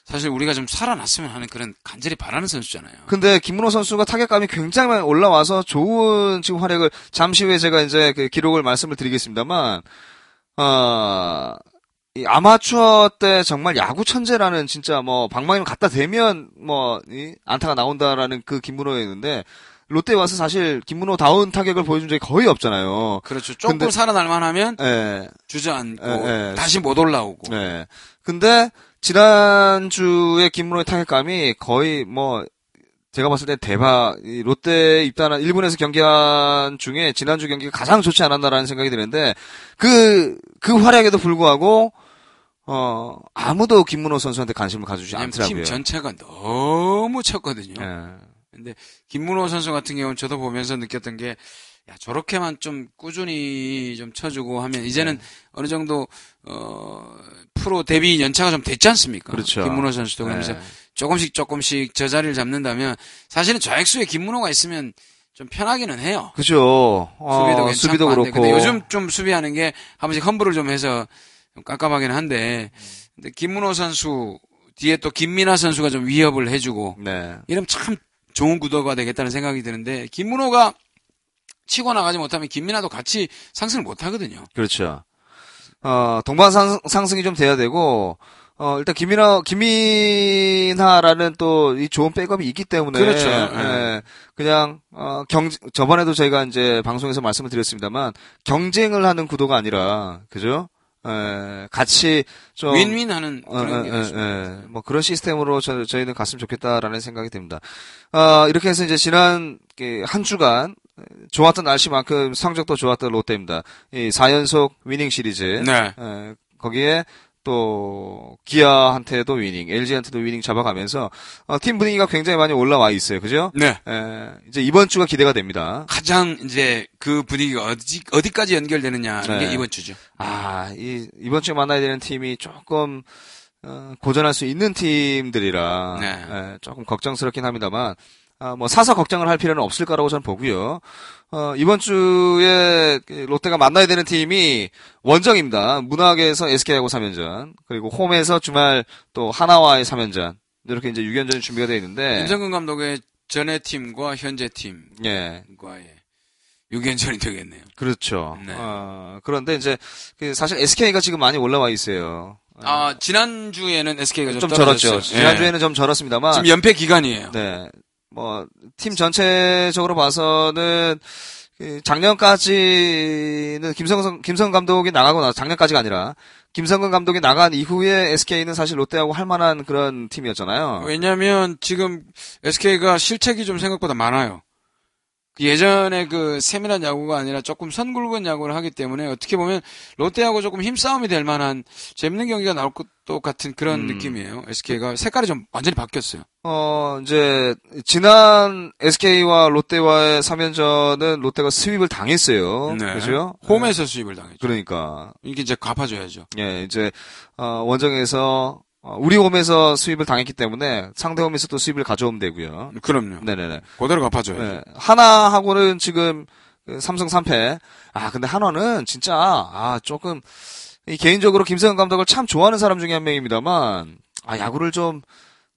[SPEAKER 5] 사실 우리가 좀 살아났으면 하는 그런 간절히 바라는 선수잖아요.
[SPEAKER 4] 근데 김문호 선수가 타격감이 굉장히 많이 올라와서 좋은 지금 활약을 잠시 후에 제가 이제 그 기록을 말씀을 드리겠습니다만 어, 이 아마추어 때 정말 야구 천재라는 진짜 뭐 방망이를 갖다 대면 뭐 이 안타가 나온다라는 그 김문호였는데 롯데에 와서 사실 김문호 다운 타격을 보여준 적이 거의 없잖아요.
[SPEAKER 5] 그렇죠. 조금
[SPEAKER 4] 근데-
[SPEAKER 5] 살아날 만하면
[SPEAKER 4] 예,
[SPEAKER 5] 주저앉고
[SPEAKER 4] 예, 예.
[SPEAKER 5] 다시 못 올라오고.
[SPEAKER 4] 예. 근데 지난주에 김문호의 타격감이 거의 뭐 제가 봤을 때 대박 이 롯데 입단한 일본에서 경기한 중에 지난주 경기가 가장 좋지 않았나라는 생각이 드는데 그 그 활약에도 불구하고 어 아무도 김문호 선수한테 관심을 가져주지
[SPEAKER 5] 왜냐면
[SPEAKER 4] 않더라고요.
[SPEAKER 5] 팀 전체가 너무 쳤거든요.
[SPEAKER 4] 예.
[SPEAKER 5] 근데 김문호 선수 같은 경우는 저도 보면서 느꼈던 게 야, 저렇게만 좀 꾸준히 좀 쳐주고 하면 이제는
[SPEAKER 4] 네.
[SPEAKER 5] 어느 정도 어 프로 데뷔 연차가 좀 됐지 않습니까?
[SPEAKER 4] 그렇죠.
[SPEAKER 5] 김문호 선수도 그러면서
[SPEAKER 4] 네.
[SPEAKER 5] 조금씩 조금씩 저 자리를 잡는다면 사실은 좌익수에 김문호가 있으면 좀 편하기는 해요.
[SPEAKER 4] 그죠. 어,
[SPEAKER 5] 수비도 괜찮고
[SPEAKER 4] 수비도
[SPEAKER 5] 한데.
[SPEAKER 4] 그렇고.
[SPEAKER 5] 근데 요즘 좀 수비하는 게 한 번씩 험불을 좀 해서 좀 깝깝하긴 한데
[SPEAKER 4] 음.
[SPEAKER 5] 근데 김문호 선수 뒤에 또 김민아 선수가 좀 위협을 해주고
[SPEAKER 4] 네.
[SPEAKER 5] 이러면 참 좋은 구도가 되겠다는 생각이 드는데 김문호가 치고 나가지 못하면 김민아도 같이 상승을 못 하거든요.
[SPEAKER 4] 그렇죠. 어, 동반 상, 상승이 좀 돼야 되고, 어, 일단 김민하, 김민하라는 또 이 좋은 백업이 있기 때문에.
[SPEAKER 5] 그렇죠.
[SPEAKER 4] 예.
[SPEAKER 5] 예.
[SPEAKER 4] 그냥, 어, 경, 저번에도 저희가 이제 방송에서 말씀을 드렸습니다만, 경쟁을 하는 구도가 아니라, 그죠? 예, 같이 좀.
[SPEAKER 5] 윈윈하는
[SPEAKER 4] 어,
[SPEAKER 5] 그런 게
[SPEAKER 4] 예,
[SPEAKER 5] 있습니다.
[SPEAKER 4] 예, 예. 뭐 그런 시스템으로 저, 저희는 갔으면 좋겠다라는 생각이 듭니다. 아, 이렇게 해서 이제 지난 이렇게 한 주간 좋았던 날씨만큼 성적도 좋았던 롯데입니다. 이 4연속 위닝 시리즈.
[SPEAKER 5] 네.
[SPEAKER 4] 예, 거기에 또 기아한테도 위닝, LG한테도 위닝 잡아가면서 어, 팀 분위기가 굉장히 많이 올라와 있어요. 그죠?
[SPEAKER 5] 네.
[SPEAKER 4] 예, 이제 이번 주가 기대가 됩니다.
[SPEAKER 5] 가장 이제 그 분위기가 어디, 어디까지 연결되느냐 이게
[SPEAKER 4] 네.
[SPEAKER 5] 이번 주죠.
[SPEAKER 4] 아, 이, 이번 주에 만나야 되는 팀이 조금, 어, 고전할 수 있는 팀들이라,
[SPEAKER 5] 네.
[SPEAKER 4] 예, 조금 걱정스럽긴 합니다만, 아, 뭐, 사서 걱정을 할 필요는 없을 거라고 저는 보고요. 어, 이번 주에 그 롯데가 만나야 되는 팀이 원정입니다. 문학에서 SK하고 3연전, 그리고 홈에서 주말 또 하나와의 3연전, 이렇게 이제 6연전이 준비가 되어 있는데,
[SPEAKER 5] 임성근 감독의 전의 팀과 현재 팀과의
[SPEAKER 4] 예,
[SPEAKER 5] 6연전이 되겠네요.
[SPEAKER 4] 그렇죠.
[SPEAKER 5] 네.
[SPEAKER 4] 어, 그런데 이제, 그 사실 SK가 지금 많이 올라와 있어요.
[SPEAKER 5] 아 지난주에는 SK가 좀,
[SPEAKER 4] 네. 좀
[SPEAKER 5] 떨어졌어요.
[SPEAKER 4] 절었죠.
[SPEAKER 5] 예.
[SPEAKER 4] 지난주에는 좀 절었습니다만.
[SPEAKER 5] 지금 연패 기간이에요.
[SPEAKER 4] 네. 뭐, 팀 전체적으로 봐서는, 그 작년까지는 김성성, 김성 감독이 나가고 나서, 작년까지가 아니라, 김성근 감독이 나간 이후에 SK는 사실 롯데하고 할 만한 그런 팀이었잖아요.
[SPEAKER 5] 왜냐면 하 지금 SK가 실책이 좀 생각보다 많아요. 그 예전에 그 세밀한 야구가 아니라 조금 선굵은 야구를 하기 때문에 어떻게 보면 롯데하고 조금 힘싸움이 될 만한 재밌는 경기가 나올 것도 같은 그런 느낌이에요. SK가 색깔이 좀 완전히 바뀌었어요.
[SPEAKER 4] 어, 이제, 지난 SK와 롯데와의 3연전은 롯데가 스윕을 당했어요. 그죠?
[SPEAKER 5] 네. 홈에서 수입을 당했죠.
[SPEAKER 4] 네. 그러니까.
[SPEAKER 5] 이게 이제 갚아줘야죠.
[SPEAKER 4] 예, 이제 어, 원정에서 어, 우리 홈에서 수입을 당했기 때문에 상대 홈에서 또 수입을 가져오면 되고요.
[SPEAKER 5] 그럼요.
[SPEAKER 4] 네네네.
[SPEAKER 5] 그대로 갚아줘야죠.
[SPEAKER 4] 네. 하나하고는 지금 그 삼성 3패. 아 근데 한화는 진짜 아 조금 이 개인적으로 김세현 감독을 참 좋아하는 사람 중에 한 명입니다만 아 야구를 좀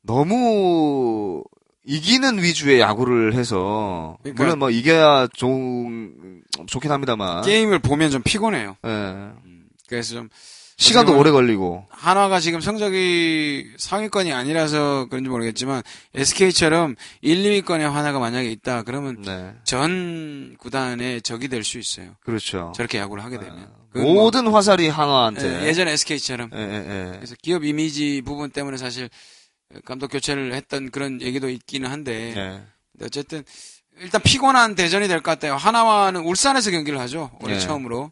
[SPEAKER 4] 너무 이기는 위주의 야구를 해서
[SPEAKER 5] 그러니까-
[SPEAKER 4] 물론 뭐 이겨야 좋은 좋긴 합니다만
[SPEAKER 5] 게임을 보면 좀 피곤해요.
[SPEAKER 4] 예.
[SPEAKER 5] 그래서 좀
[SPEAKER 4] 시간도
[SPEAKER 5] 하지만-
[SPEAKER 4] 오래 걸리고
[SPEAKER 5] 한화가 지금 성적이 상위권이 아니라서 그런지 모르겠지만 SK처럼 1, 2위권에 한화가 만약에 있다 그러면
[SPEAKER 4] 네
[SPEAKER 5] 전 구단의 적이 될 수 있어요.
[SPEAKER 4] 그렇죠
[SPEAKER 5] 저렇게 야구를 하게 되면 그건 뭐,
[SPEAKER 4] 모든 화살이 한화한테.
[SPEAKER 5] 예, 예전 SK처럼
[SPEAKER 4] 예, 예, 예.
[SPEAKER 5] 그래서 기업 이미지 부분 때문에 사실 감독 교체를 했던 그런 얘기도 있기는 한데
[SPEAKER 4] 예.
[SPEAKER 5] 근데 어쨌든 일단 피곤한 대전이 될 것 같아요. 하나와는 울산에서 경기를 하죠. 올해
[SPEAKER 4] 예.
[SPEAKER 5] 처음으로.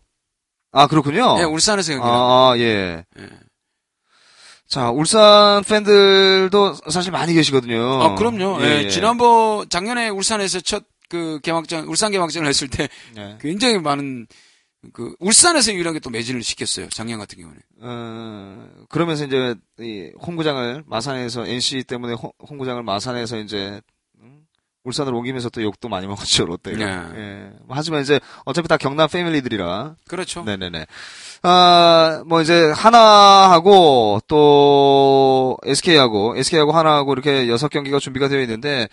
[SPEAKER 4] 아, 그렇군요.
[SPEAKER 5] 예, 울산에서 경기를. 합니다.
[SPEAKER 4] 아, 예.
[SPEAKER 5] 예.
[SPEAKER 4] 자, 울산 팬들도 사실 많이 계시거든요.
[SPEAKER 5] 아, 그럼요. 예, 지난번 작년에 울산에서 첫 그 개막전 울산 개막전을 했을 때
[SPEAKER 4] 예.
[SPEAKER 5] 굉장히 많은 그 울산에서 유일하게 또 매진을 시켰어요. 작년 같은 경우는.
[SPEAKER 4] 어, 그러면서 이제 이 홈구장을 마산에서 NC 때문에 홈- 홈구장을 마산에서 이제 음, 울산으로 옮기면서 또 욕도 많이 먹었죠 예. 롯데가.
[SPEAKER 5] 네.
[SPEAKER 4] 예. 하지만 이제 어차피 다 경남 패밀리들이라
[SPEAKER 5] 그렇죠.
[SPEAKER 4] 네네네. 아, 뭐 이제 하나하고 또 SK하고 SK하고 하나하고 이렇게 여섯 경기가 준비가 되어 있는데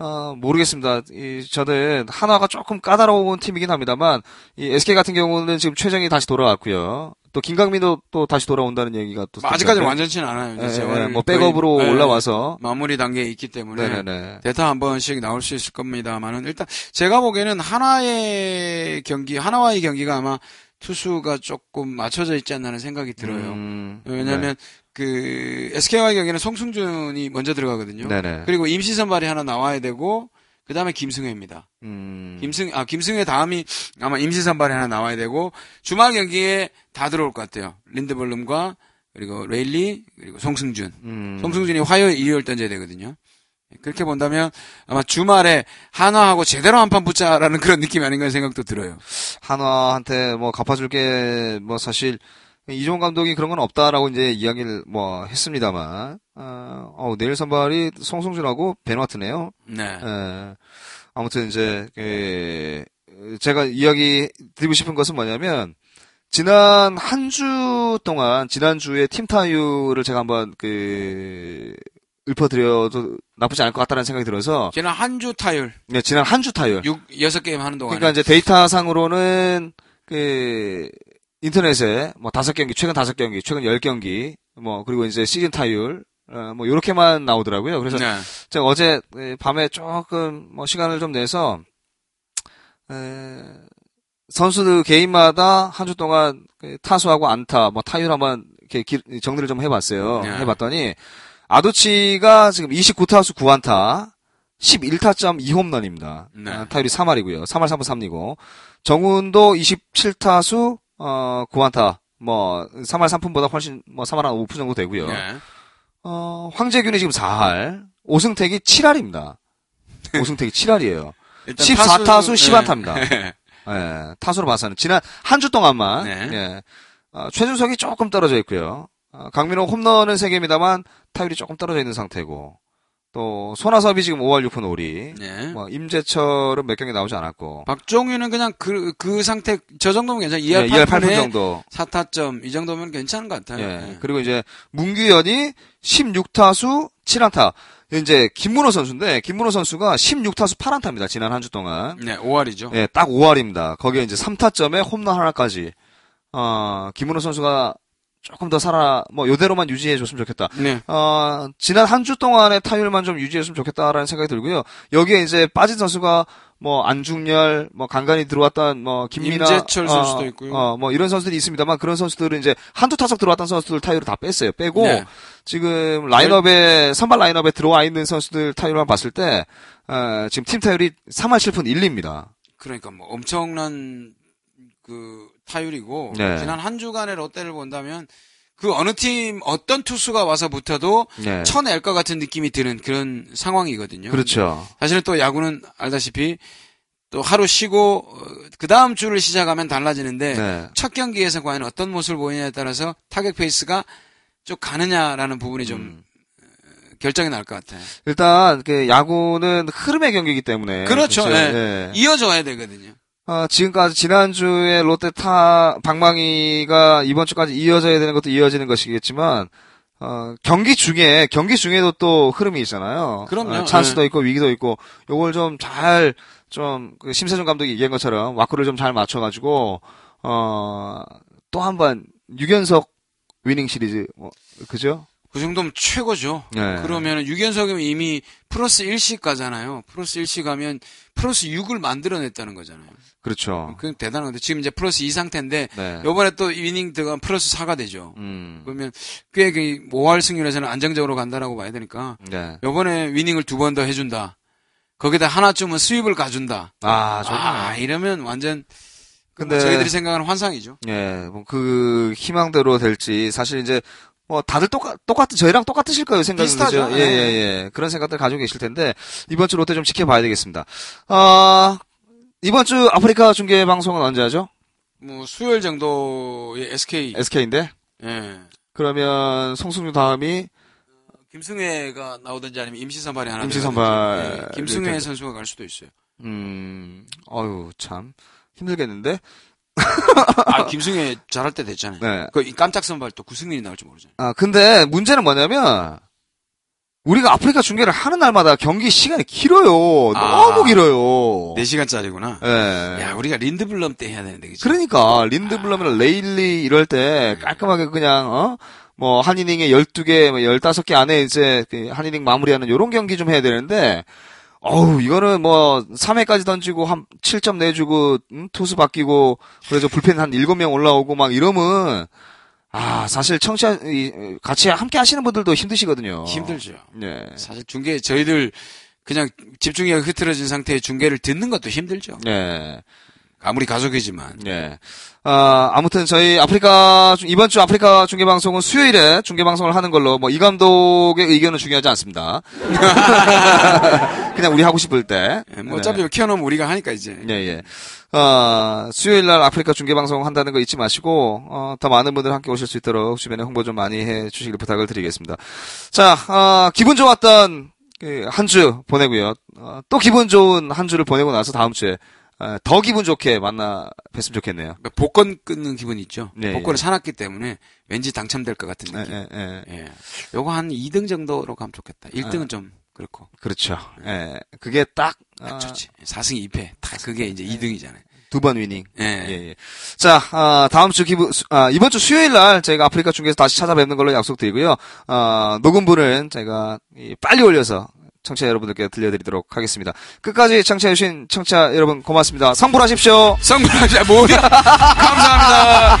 [SPEAKER 4] 아, 모르겠습니다. 이 저는 하나가 조금 까다로운 팀이긴 합니다만 이 SK 같은 경우는 지금 최정이 다시 돌아왔고요. 또 김강민도 또 다시 돌아온다는 얘기가 또
[SPEAKER 5] 뭐 아직까지는
[SPEAKER 4] 들었는데.
[SPEAKER 5] 완전치는 않아요. 이제
[SPEAKER 4] 예,
[SPEAKER 5] 오늘
[SPEAKER 4] 예, 뭐
[SPEAKER 5] 거의,
[SPEAKER 4] 백업으로
[SPEAKER 5] 예,
[SPEAKER 4] 올라와서
[SPEAKER 5] 마무리 단계에 있기 때문에
[SPEAKER 4] 네네네.
[SPEAKER 5] 대타 한 번씩 나올 수 있을 겁니다만은 일단 제가 보기에는 하나의 경기 하나와의 경기가 아마 투수가 조금 맞춰져 있지 않나는 생각이 들어요.
[SPEAKER 4] 음,
[SPEAKER 5] 왜냐하면 그 SK와의 경기는 송승준이 먼저 들어가거든요.
[SPEAKER 4] 네. 네네.
[SPEAKER 5] 그리고 임시 선발이 하나 나와야 되고 그 다음에 김승회입니다.
[SPEAKER 4] 음,
[SPEAKER 5] 김승 아 김승회 다음이 아마 임시 선발에 하나 나와야 되고 주말 경기에 다 들어올 것 같아요. 린드벌룸과 그리고 레일리 그리고 송승준.
[SPEAKER 4] 음.
[SPEAKER 5] 송승준이 화요일 일요일 던져야 되거든요. 네, 그렇게 본다면 아마 주말에 한화하고 제대로 한 판 붙자라는 그런 느낌이 아닌가 하는 생각도 들어요.
[SPEAKER 4] 한화한테 뭐 갚아줄 게 뭐 사실 이종 감독이 그런 건 없다라고 이제 이야기를 뭐 했습니다만 어, 어, 내일 선발이 송승준하고 베누아트네요.
[SPEAKER 5] 네.
[SPEAKER 4] 예. 아무튼 이제 그, 제가 이야기 드리고 싶은 것은 뭐냐면 지난 한 주 동안 지난 주에 팀 타율을 제가 한번 그 읊어드려도 나쁘지 않을 것 같다는 생각이 들어서
[SPEAKER 5] 지난 한 주 타율
[SPEAKER 4] 네, 지난 한 주 타율
[SPEAKER 5] 6 여섯 게임 하는 동안에
[SPEAKER 4] 그러니까 이제 데이터상으로는 그 인터넷에 뭐 다섯 경기 최근 다섯 경기 최근 열 경기 뭐 그리고 이제 시즌 타율 어, 뭐 요렇게만 나오더라고요. 그래서
[SPEAKER 5] 네.
[SPEAKER 4] 제가 어제 에, 밤에 조금 뭐 시간을 좀 내서 에, 선수들 개인마다 한 주 동안 그 타수하고 안타 뭐 타율 한번 이렇게 기- 정리를 좀 해봤어요.
[SPEAKER 5] 네.
[SPEAKER 4] 해봤더니 아두치가 지금 29타수 9안타 11타점 2홈런입니다. 아,
[SPEAKER 5] 네.
[SPEAKER 4] 타율이 3할이고요. 3할 3분 3리고 정훈도 27타수 어 9안타 뭐 3할 3푼보다 훨씬 뭐 3할 한 5푼 정도 되고요.
[SPEAKER 5] 네.
[SPEAKER 4] 어, 황재균이 지금 4할, 오승택이 7할입니다. 오승택이 7할이에요.
[SPEAKER 5] 일단
[SPEAKER 4] 14타수
[SPEAKER 5] 타수-
[SPEAKER 4] 10안타입니다.
[SPEAKER 5] 네.
[SPEAKER 4] 예, 타수로 봐서는 지난 한 주 동안만
[SPEAKER 5] 네.
[SPEAKER 4] 예, 어, 최준석이 조금 떨어져 있고요. 어, 강민호 홈런은 3개입니다만 타율이 조금 떨어져 있는 상태고 또 손아섭이 지금 5할 6푼 5리
[SPEAKER 5] 네.
[SPEAKER 4] 뭐 임재철은 몇 경기 나오지 않았고
[SPEAKER 5] 박종윤은 그냥 그, 그 상태, 저 정도면 괜찮아요.
[SPEAKER 4] 예,
[SPEAKER 5] 2할
[SPEAKER 4] 2할
[SPEAKER 5] 8푼
[SPEAKER 4] 8푼
[SPEAKER 5] 정도.
[SPEAKER 4] 정도
[SPEAKER 5] 4타점. 이 정도면 괜찮은 것 같아요.
[SPEAKER 4] 예.
[SPEAKER 5] 예.
[SPEAKER 4] 그리고 이제 문규현이 16타수 7안타. 이제 김문호 선수인데 김문호 선수가 16타수 8안타입니다. 지난 한 주 동안.
[SPEAKER 5] 네, 5할이죠.
[SPEAKER 4] 예, 딱 5할입니다. 거기에 이제 3타점에 홈런 하나까지. 어, 김문호 선수가 조금 더 살아 뭐 요대로만 유지해 줬으면 좋겠다.
[SPEAKER 5] 네.
[SPEAKER 4] 어, 지난 한 주 동안의 타율만 좀 유지했으면 좋겠다라는 생각이 들고요. 여기에 이제 빠진 선수가 뭐 안중열, 뭐 간간히 들어왔던 뭐 김민아,
[SPEAKER 5] 임재철
[SPEAKER 4] 어,
[SPEAKER 5] 선수도 있고요.
[SPEAKER 4] 어, 뭐 이런 선수들이 있습니다만 그런 선수들은 이제 한두 타석 들어왔던 선수들 타율을 다 뺐어요. 빼고
[SPEAKER 5] 네.
[SPEAKER 4] 지금 라인업에 선발 라인업에 들어와 있는 선수들 타율만 봤을 때 어, 지금 팀 타율이 3할 7푼 1리입니다.
[SPEAKER 5] 그러니까 뭐 엄청난 그 타율이고
[SPEAKER 4] 네.
[SPEAKER 5] 지난 한 주간의 롯데를 본다면 그 어느 팀 어떤 투수가 와서 붙어도
[SPEAKER 4] 네.
[SPEAKER 5] 쳐낼 것 같은 느낌이 드는 그런 상황이거든요.
[SPEAKER 4] 그렇죠.
[SPEAKER 5] 사실은 또 야구는 알다시피 또 하루 쉬고 그 다음 주를 시작하면 달라지는데
[SPEAKER 4] 네.
[SPEAKER 5] 첫 경기에서 과연 어떤 모습을 보이냐에 따라서 타격 페이스가 쭉 가느냐라는 부분이 좀 어, 결정이 날 것 같아요.
[SPEAKER 4] 일단 그 야구는 흐름의 경기이기 때문에
[SPEAKER 5] 그렇죠.
[SPEAKER 4] 그렇죠?
[SPEAKER 5] 예.
[SPEAKER 4] 예.
[SPEAKER 5] 이어져야 되거든요.
[SPEAKER 4] 아, 지금까지 지난주에 롯데 타 방망이가 이번 주까지 이어져야 되는 것도 이어지는 것이겠지만 어, 경기 중에 경기 중에도 또 흐름이 있잖아요.
[SPEAKER 5] 그럼요.
[SPEAKER 4] 아, 찬스도
[SPEAKER 5] 네.
[SPEAKER 4] 있고 위기도 있고 요걸 좀 잘 좀그 심세준 감독이 얘기한 것처럼 와꾸를 좀 잘 맞춰가지고 어, 또 한 번 6연속 위닝 시리즈 뭐, 그죠?
[SPEAKER 5] 그 정도면 최고죠.
[SPEAKER 4] 네.
[SPEAKER 5] 그러면 6연속이면 이미 플러스 1씩 가잖아요. 플러스 1씩 가면 플러스 6을 만들어냈다는 거잖아요.
[SPEAKER 4] 그렇죠.
[SPEAKER 5] 그건 대단한 건데 지금 이제 플러스 2 상태인데
[SPEAKER 4] 네.
[SPEAKER 5] 요번에 또 위닝 들어가면 플러스 4가 되죠.
[SPEAKER 4] 음.
[SPEAKER 5] 그러면 꽤그 5할 승률에서는 안정적으로 간다라고 봐야 되니까
[SPEAKER 4] 네.
[SPEAKER 5] 요번에 위닝을 두 번 더 해준다. 거기다 하나쯤은 수입을 가준다.
[SPEAKER 4] 아, 정말.
[SPEAKER 5] 아, 이러면 완전 근데
[SPEAKER 4] 근데-
[SPEAKER 5] 저희들이 생각하는 환상이죠.
[SPEAKER 4] 예, 뭐, 그, 희망대로 될지, 사실 이제, 뭐, 다들 똑같, 똑같, 저희랑 똑같으실 거예요, 생각은.
[SPEAKER 5] 비슷하죠. 네.
[SPEAKER 4] 그죠? 예, 예, 예. 그런 생각들 가지고 계실 텐데, 이번 주 롯데 좀 지켜봐야 되겠습니다. 아, 이번 주 아프리카 중계 방송은 언제 하죠?
[SPEAKER 5] 뭐 수요일 정도의 SK
[SPEAKER 4] SK인데?
[SPEAKER 5] 예.
[SPEAKER 4] 그러면, 송승준 다음이,
[SPEAKER 5] 김승회가 나오든지 아니면 임시 선발이 하나
[SPEAKER 4] 임시
[SPEAKER 5] 들어가든지.
[SPEAKER 4] 선발.
[SPEAKER 5] 예, 김승회
[SPEAKER 4] 일단.
[SPEAKER 5] 선수가 갈 수도 있어요.
[SPEAKER 4] 음, 어유 참. 힘들겠는데?
[SPEAKER 5] 아, 김승혜 잘할 때 됐잖아요.
[SPEAKER 4] 네.
[SPEAKER 5] 그이 깜짝 선발 또 구승민이 나올지 모르잖아요.
[SPEAKER 4] 아, 근데 문제는 뭐냐면, 우리가 아프리카 중계를 하는 날마다 경기 시간이 길어요.
[SPEAKER 5] 아.
[SPEAKER 4] 너무 길어요.
[SPEAKER 5] 4시간짜리구나.
[SPEAKER 4] 예.
[SPEAKER 5] 야, 우리가 린드블럼 때 해야 되는데, 그치?
[SPEAKER 4] 그러니까, 린드블럼이나 레일리 이럴 때 깔끔하게 그냥, 어? 뭐, 한 이닝에 12개, 뭐 15개 안에 이제 그한 이닝 마무리하는 요런 경기 좀 해야 되는데, 어우, 이거는 뭐, 3회까지 던지고, 한, 7점 내주고, 음, 투수 바뀌고, 그래서 불펜 한 7명 올라오고, 막 이러면, 아, 사실 청취자, 이, 같이 함께 하시는 분들도 힘드시거든요.
[SPEAKER 5] 어. 힘들죠.
[SPEAKER 4] 예.
[SPEAKER 5] 사실 중계, 저희들 그냥 집중력이 흐트러진 상태에 중계를 듣는 것도 힘들죠.
[SPEAKER 4] 예.
[SPEAKER 5] 아무리 가족이지만.
[SPEAKER 4] 예. 아, 아무튼 저희 아프리카 중- 이번 주 아프리카 중계 방송은 수요일에 중계 방송을 하는 걸로 뭐 이 감독의 의견은 중요하지 않습니다. 그냥 우리 하고 싶을 때.
[SPEAKER 5] 예, 뭐 어차피 키워놓으면 우리가 하니까 이제.
[SPEAKER 4] 네. 예, 예. 어, 수요일 날 아프리카 중계 방송 한다는 거 잊지 마시고 어, 더 많은 분들 함께 오실 수 있도록 주변에 홍보 좀 많이 해 주시길 부탁을 드리겠습니다. 자, 아, 기분 좋았던 그 한 주 보내고요. 어, 또 기분 좋은 한 주를 보내고 나서 다음 주에 아, 더 기분 좋게 만나 뵀으면 좋겠네요.
[SPEAKER 5] 그러니까 복권 끊는 기분이 있죠.
[SPEAKER 4] 네,
[SPEAKER 5] 복권을
[SPEAKER 4] 예.
[SPEAKER 5] 사놨기 때문에 왠지 당첨될 것 같은
[SPEAKER 4] 예,
[SPEAKER 5] 느낌.
[SPEAKER 4] 예, 예. 아.
[SPEAKER 5] 예. 요거 한 2등 정도로 가면 좋겠다. 1등은 좀 그렇고.
[SPEAKER 4] 그렇죠. 예. 그게 딱,
[SPEAKER 5] 딱
[SPEAKER 4] 아,
[SPEAKER 5] 좋지. 4승 2패. 다 그게 이제 2등이잖아요.
[SPEAKER 4] 두 번 위닝.
[SPEAKER 5] 예.
[SPEAKER 4] 예, 예. 자, 아, 다음 주 기부, 수- 아, 이번 주 수요일 날 저희가 아프리카 중계에서 다시 찾아뵙는 걸로 약속드리고요. 아, 녹음분은 저희가 이 빨리 올려서 청취자 여러분들께 들려드리도록 하겠습니다. 끝까지 청취해주신 청취자 여러분 고맙습니다. 성불하십시오.
[SPEAKER 5] 성공하자 뭐야? 감사합니다.